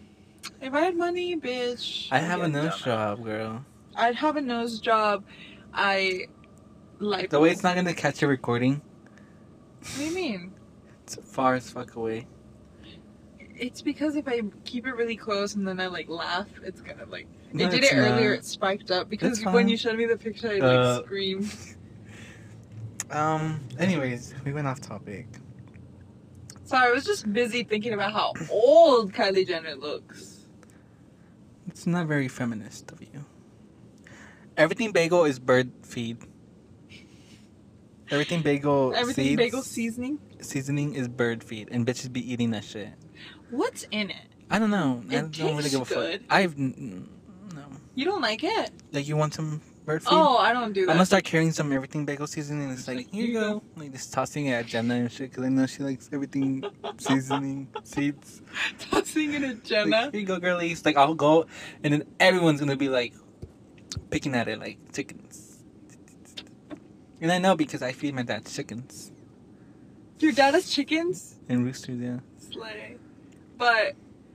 Speaker 3: If I had money, bitch,
Speaker 2: I have
Speaker 3: I'd
Speaker 2: a
Speaker 3: get
Speaker 2: nose
Speaker 3: done.
Speaker 2: job, girl.
Speaker 3: I'd have a nose job. I like.
Speaker 2: The way it's not gonna catch a recording,
Speaker 3: What do you mean?
Speaker 2: it's far as fuck away.
Speaker 3: It's because if I keep it really close and then I like laugh, it's gonna like. I
Speaker 2: No,
Speaker 3: did
Speaker 2: it's
Speaker 3: it earlier.
Speaker 2: not.
Speaker 3: It spiked up because
Speaker 2: It's
Speaker 3: when you
Speaker 2: fine.
Speaker 3: showed me the picture, I like
Speaker 2: Uh,
Speaker 3: screamed.
Speaker 2: Um. Anyways, we went off topic.
Speaker 3: Sorry, I was just busy thinking about how old Kylie Jenner looks.
Speaker 2: It's not very feminist of you. Everything bagel is bird feed. Everything bagel
Speaker 3: Everything
Speaker 2: seeds-
Speaker 3: bagel seasoning.
Speaker 2: seasoning is bird feed, and bitches be eating that shit.
Speaker 5: What's in it?
Speaker 2: I don't know. I
Speaker 3: It
Speaker 2: don't really
Speaker 3: tastes
Speaker 2: give a fuck.
Speaker 3: good.
Speaker 2: I've n- n- no.
Speaker 3: You don't like it?
Speaker 2: Like you want some bird feed?
Speaker 3: Oh, I don't do
Speaker 2: I'm
Speaker 3: that.
Speaker 2: gonna start carrying some everything bagel seasoning. And it's like
Speaker 3: like,
Speaker 2: here you
Speaker 3: "Here you
Speaker 2: go, like just tossing it at Jenna and shit, cause I know she likes
Speaker 3: *laughs*
Speaker 2: everything seasoning seeds.
Speaker 3: *laughs* Tossing it at
Speaker 2: Like,
Speaker 3: Jenna.
Speaker 2: here you go, girlies. Like I'll go, and then everyone's gonna be like picking at it like chickens. And I know because I feed my dad chickens
Speaker 3: Your dad has chickens.
Speaker 2: and roosters. Yeah,
Speaker 3: Slay. But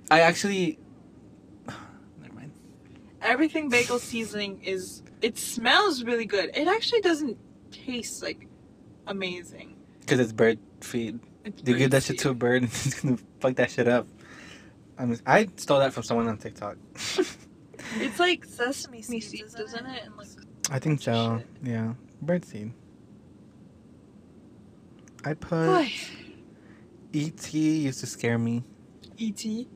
Speaker 2: I actually. *sighs* Never mind.
Speaker 3: everything bagel seasoning is. It smells really good. It actually doesn't taste like amazing.
Speaker 2: Cause it's bird feed.
Speaker 3: It's
Speaker 2: You
Speaker 3: pretty
Speaker 2: give that shit to a
Speaker 3: sweet.
Speaker 2: bird, *laughs* and it's gonna fuck that shit up. I'm, I stole that from someone on
Speaker 3: *laughs*
Speaker 2: TikTok.
Speaker 3: It's like sesame
Speaker 5: Sesame seeds,
Speaker 3: seeds,
Speaker 5: isn't
Speaker 3: doesn't it? And like
Speaker 2: I think so.
Speaker 3: Shit.
Speaker 2: Yeah, bird seed. I put
Speaker 3: Why?
Speaker 2: ET used to scare me,
Speaker 5: E
Speaker 3: E.T.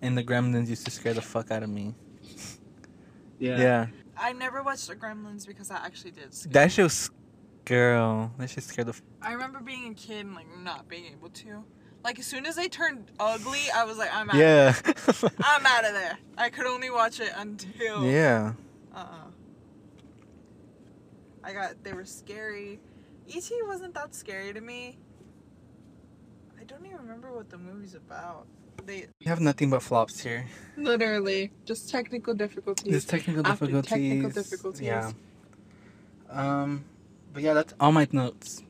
Speaker 2: and the Gremlins used to scare the fuck out of me. Yeah,
Speaker 5: I never watched the Gremlins because that actually did. scare
Speaker 2: that shit was girl. That shit scared the. F-
Speaker 5: I remember being a kid and like not being able to. Like as soon as they turned ugly, I was like, I'm
Speaker 3: *laughs*
Speaker 5: out.
Speaker 2: yeah, *laughs*
Speaker 5: I'm out of there. I could only watch it until.
Speaker 2: yeah.
Speaker 5: Uh. uh I got. They were scary. ET wasn't that scary to me. I don't even remember what the movie's about. They.
Speaker 2: We have nothing but flops here.
Speaker 3: Literally, just technical
Speaker 2: There's
Speaker 3: difficulties.
Speaker 2: technical
Speaker 3: After
Speaker 2: difficulties.
Speaker 3: technical difficulties.
Speaker 2: Yeah. Um, but yeah, that's all my notes.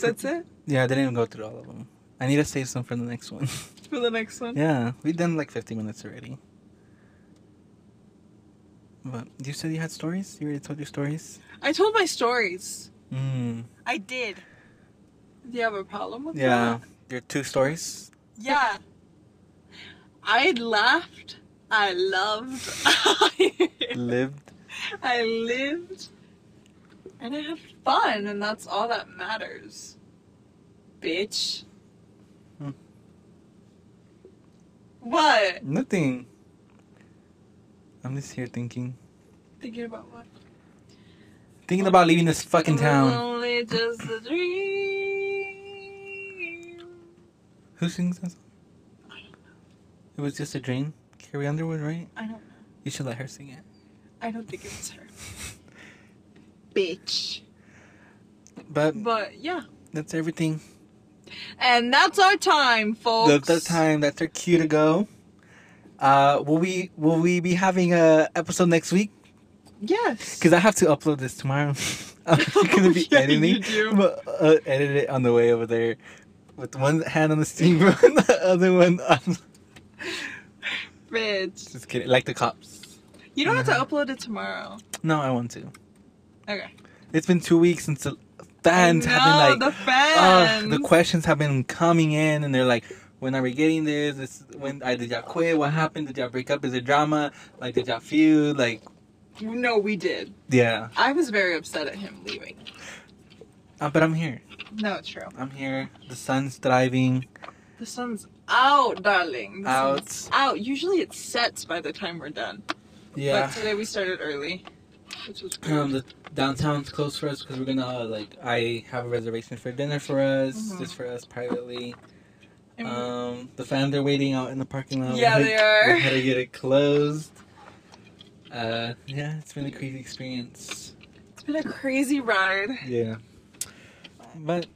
Speaker 3: That's it
Speaker 2: Yeah, I didn't even go through all of them. I need to save some for the next one. *laughs*
Speaker 3: for the next one.
Speaker 2: yeah, we've done like 50 minutes already. But you said you had stories? You already told your stories?
Speaker 3: I told my stories.
Speaker 2: Mm.
Speaker 5: I did.
Speaker 3: Do you have a problem with
Speaker 2: Yeah.
Speaker 3: that?
Speaker 2: Your two stories?
Speaker 3: Yeah. I laughed. I loved. *laughs* I
Speaker 2: Lived?
Speaker 3: lived. And I had fun, and that's all that matters. Bitch.
Speaker 2: Hmm.
Speaker 3: What?
Speaker 2: Nothing. I'm just here thinking.
Speaker 3: Thinking about what?
Speaker 2: Thinking about leaving this fucking town.
Speaker 3: Only just a dream.
Speaker 2: Who sings that song? It was just a dream? Carrie Underwood, right?
Speaker 3: I don't know.
Speaker 2: You should let her sing it.
Speaker 3: I don't think it was
Speaker 2: *laughs*
Speaker 3: her. Bitch.
Speaker 2: But
Speaker 3: But yeah.
Speaker 2: that's everything.
Speaker 3: And that's our time, folks.
Speaker 2: Look, that's time. That's our cue to go. Uh, will we will we be having a episode next week?
Speaker 3: Yes.
Speaker 2: Because I have to upload this tomorrow. *laughs* I'm
Speaker 3: *laughs*
Speaker 2: gonna be
Speaker 3: Oh, Yeah, you
Speaker 2: editing,
Speaker 3: do.
Speaker 2: but uh, edit it on the way over there, with one hand on the steam *laughs* room and the other one on. *laughs*
Speaker 3: Bitch.
Speaker 2: Just kidding, like the cops.
Speaker 3: You don't have
Speaker 2: Uh-huh.
Speaker 3: to upload it tomorrow.
Speaker 2: No, I want to.
Speaker 3: Okay.
Speaker 2: It's been two weeks since the
Speaker 3: I
Speaker 2: fans have been
Speaker 3: know,
Speaker 2: like,
Speaker 3: the
Speaker 2: ugh,
Speaker 3: fans.
Speaker 2: the questions have been coming in, and they're like, when are we getting this? this when I did y'all quit? What happened? Did y'all break up? Is it drama? Like did y'all feud? Like
Speaker 3: no, we did.
Speaker 2: yeah.
Speaker 3: I was very upset at him leaving.
Speaker 2: Uh, but I'm here.
Speaker 3: No, true.
Speaker 2: I'm here. The sun's thriving
Speaker 3: The sun's out, darling. The
Speaker 2: out.
Speaker 3: sun's out. Usually it sets by the time we're done.
Speaker 2: Yeah.
Speaker 3: But today we started early, which was
Speaker 2: *clears throat*
Speaker 3: good.
Speaker 2: Um, the downtown's closed for us because we're gonna uh, like I have a reservation for dinner for us,
Speaker 3: Mm-hmm.
Speaker 2: just for us privately.
Speaker 3: And
Speaker 2: Um, the fans are waiting out in the parking lot.
Speaker 3: Yeah,
Speaker 2: we
Speaker 3: they
Speaker 2: had-
Speaker 3: are.
Speaker 2: We had to get it closed. Uh, yeah, it's been a crazy experience.
Speaker 3: it's been a crazy ride.
Speaker 2: Yeah. But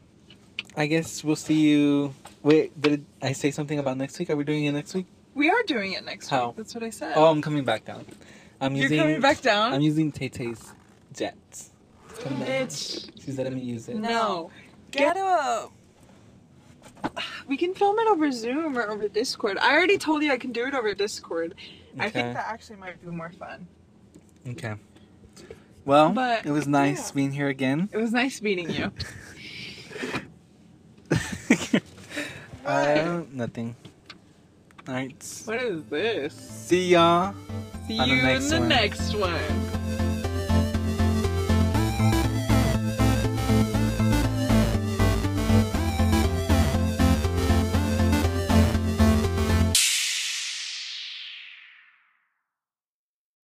Speaker 2: I guess we'll see you. Wait, did I say something about next week? Are we doing it next week?
Speaker 3: We are doing it next
Speaker 2: How?
Speaker 3: week. That's what I said.
Speaker 2: Oh, I'm coming back down. I'm
Speaker 3: You're
Speaker 2: using.
Speaker 3: coming back down?
Speaker 2: I'm using Tay Tay's jet. It's coming back.
Speaker 3: Bitch.
Speaker 2: She's letting me use it.
Speaker 3: No.
Speaker 5: Get up.
Speaker 3: We can film it over Zoom or over Discord. I already told you I can do it over Discord. I
Speaker 2: Okay.
Speaker 3: think that actually might be more fun.
Speaker 2: okay. Well,
Speaker 3: But-
Speaker 2: it was nice
Speaker 3: yeah.
Speaker 2: being here again.
Speaker 3: It was nice meeting you.
Speaker 2: uh, nothing. Alright.
Speaker 3: What is this?
Speaker 2: See ya.
Speaker 3: See
Speaker 2: On the
Speaker 3: you in
Speaker 2: next
Speaker 3: the
Speaker 2: one.
Speaker 3: next one.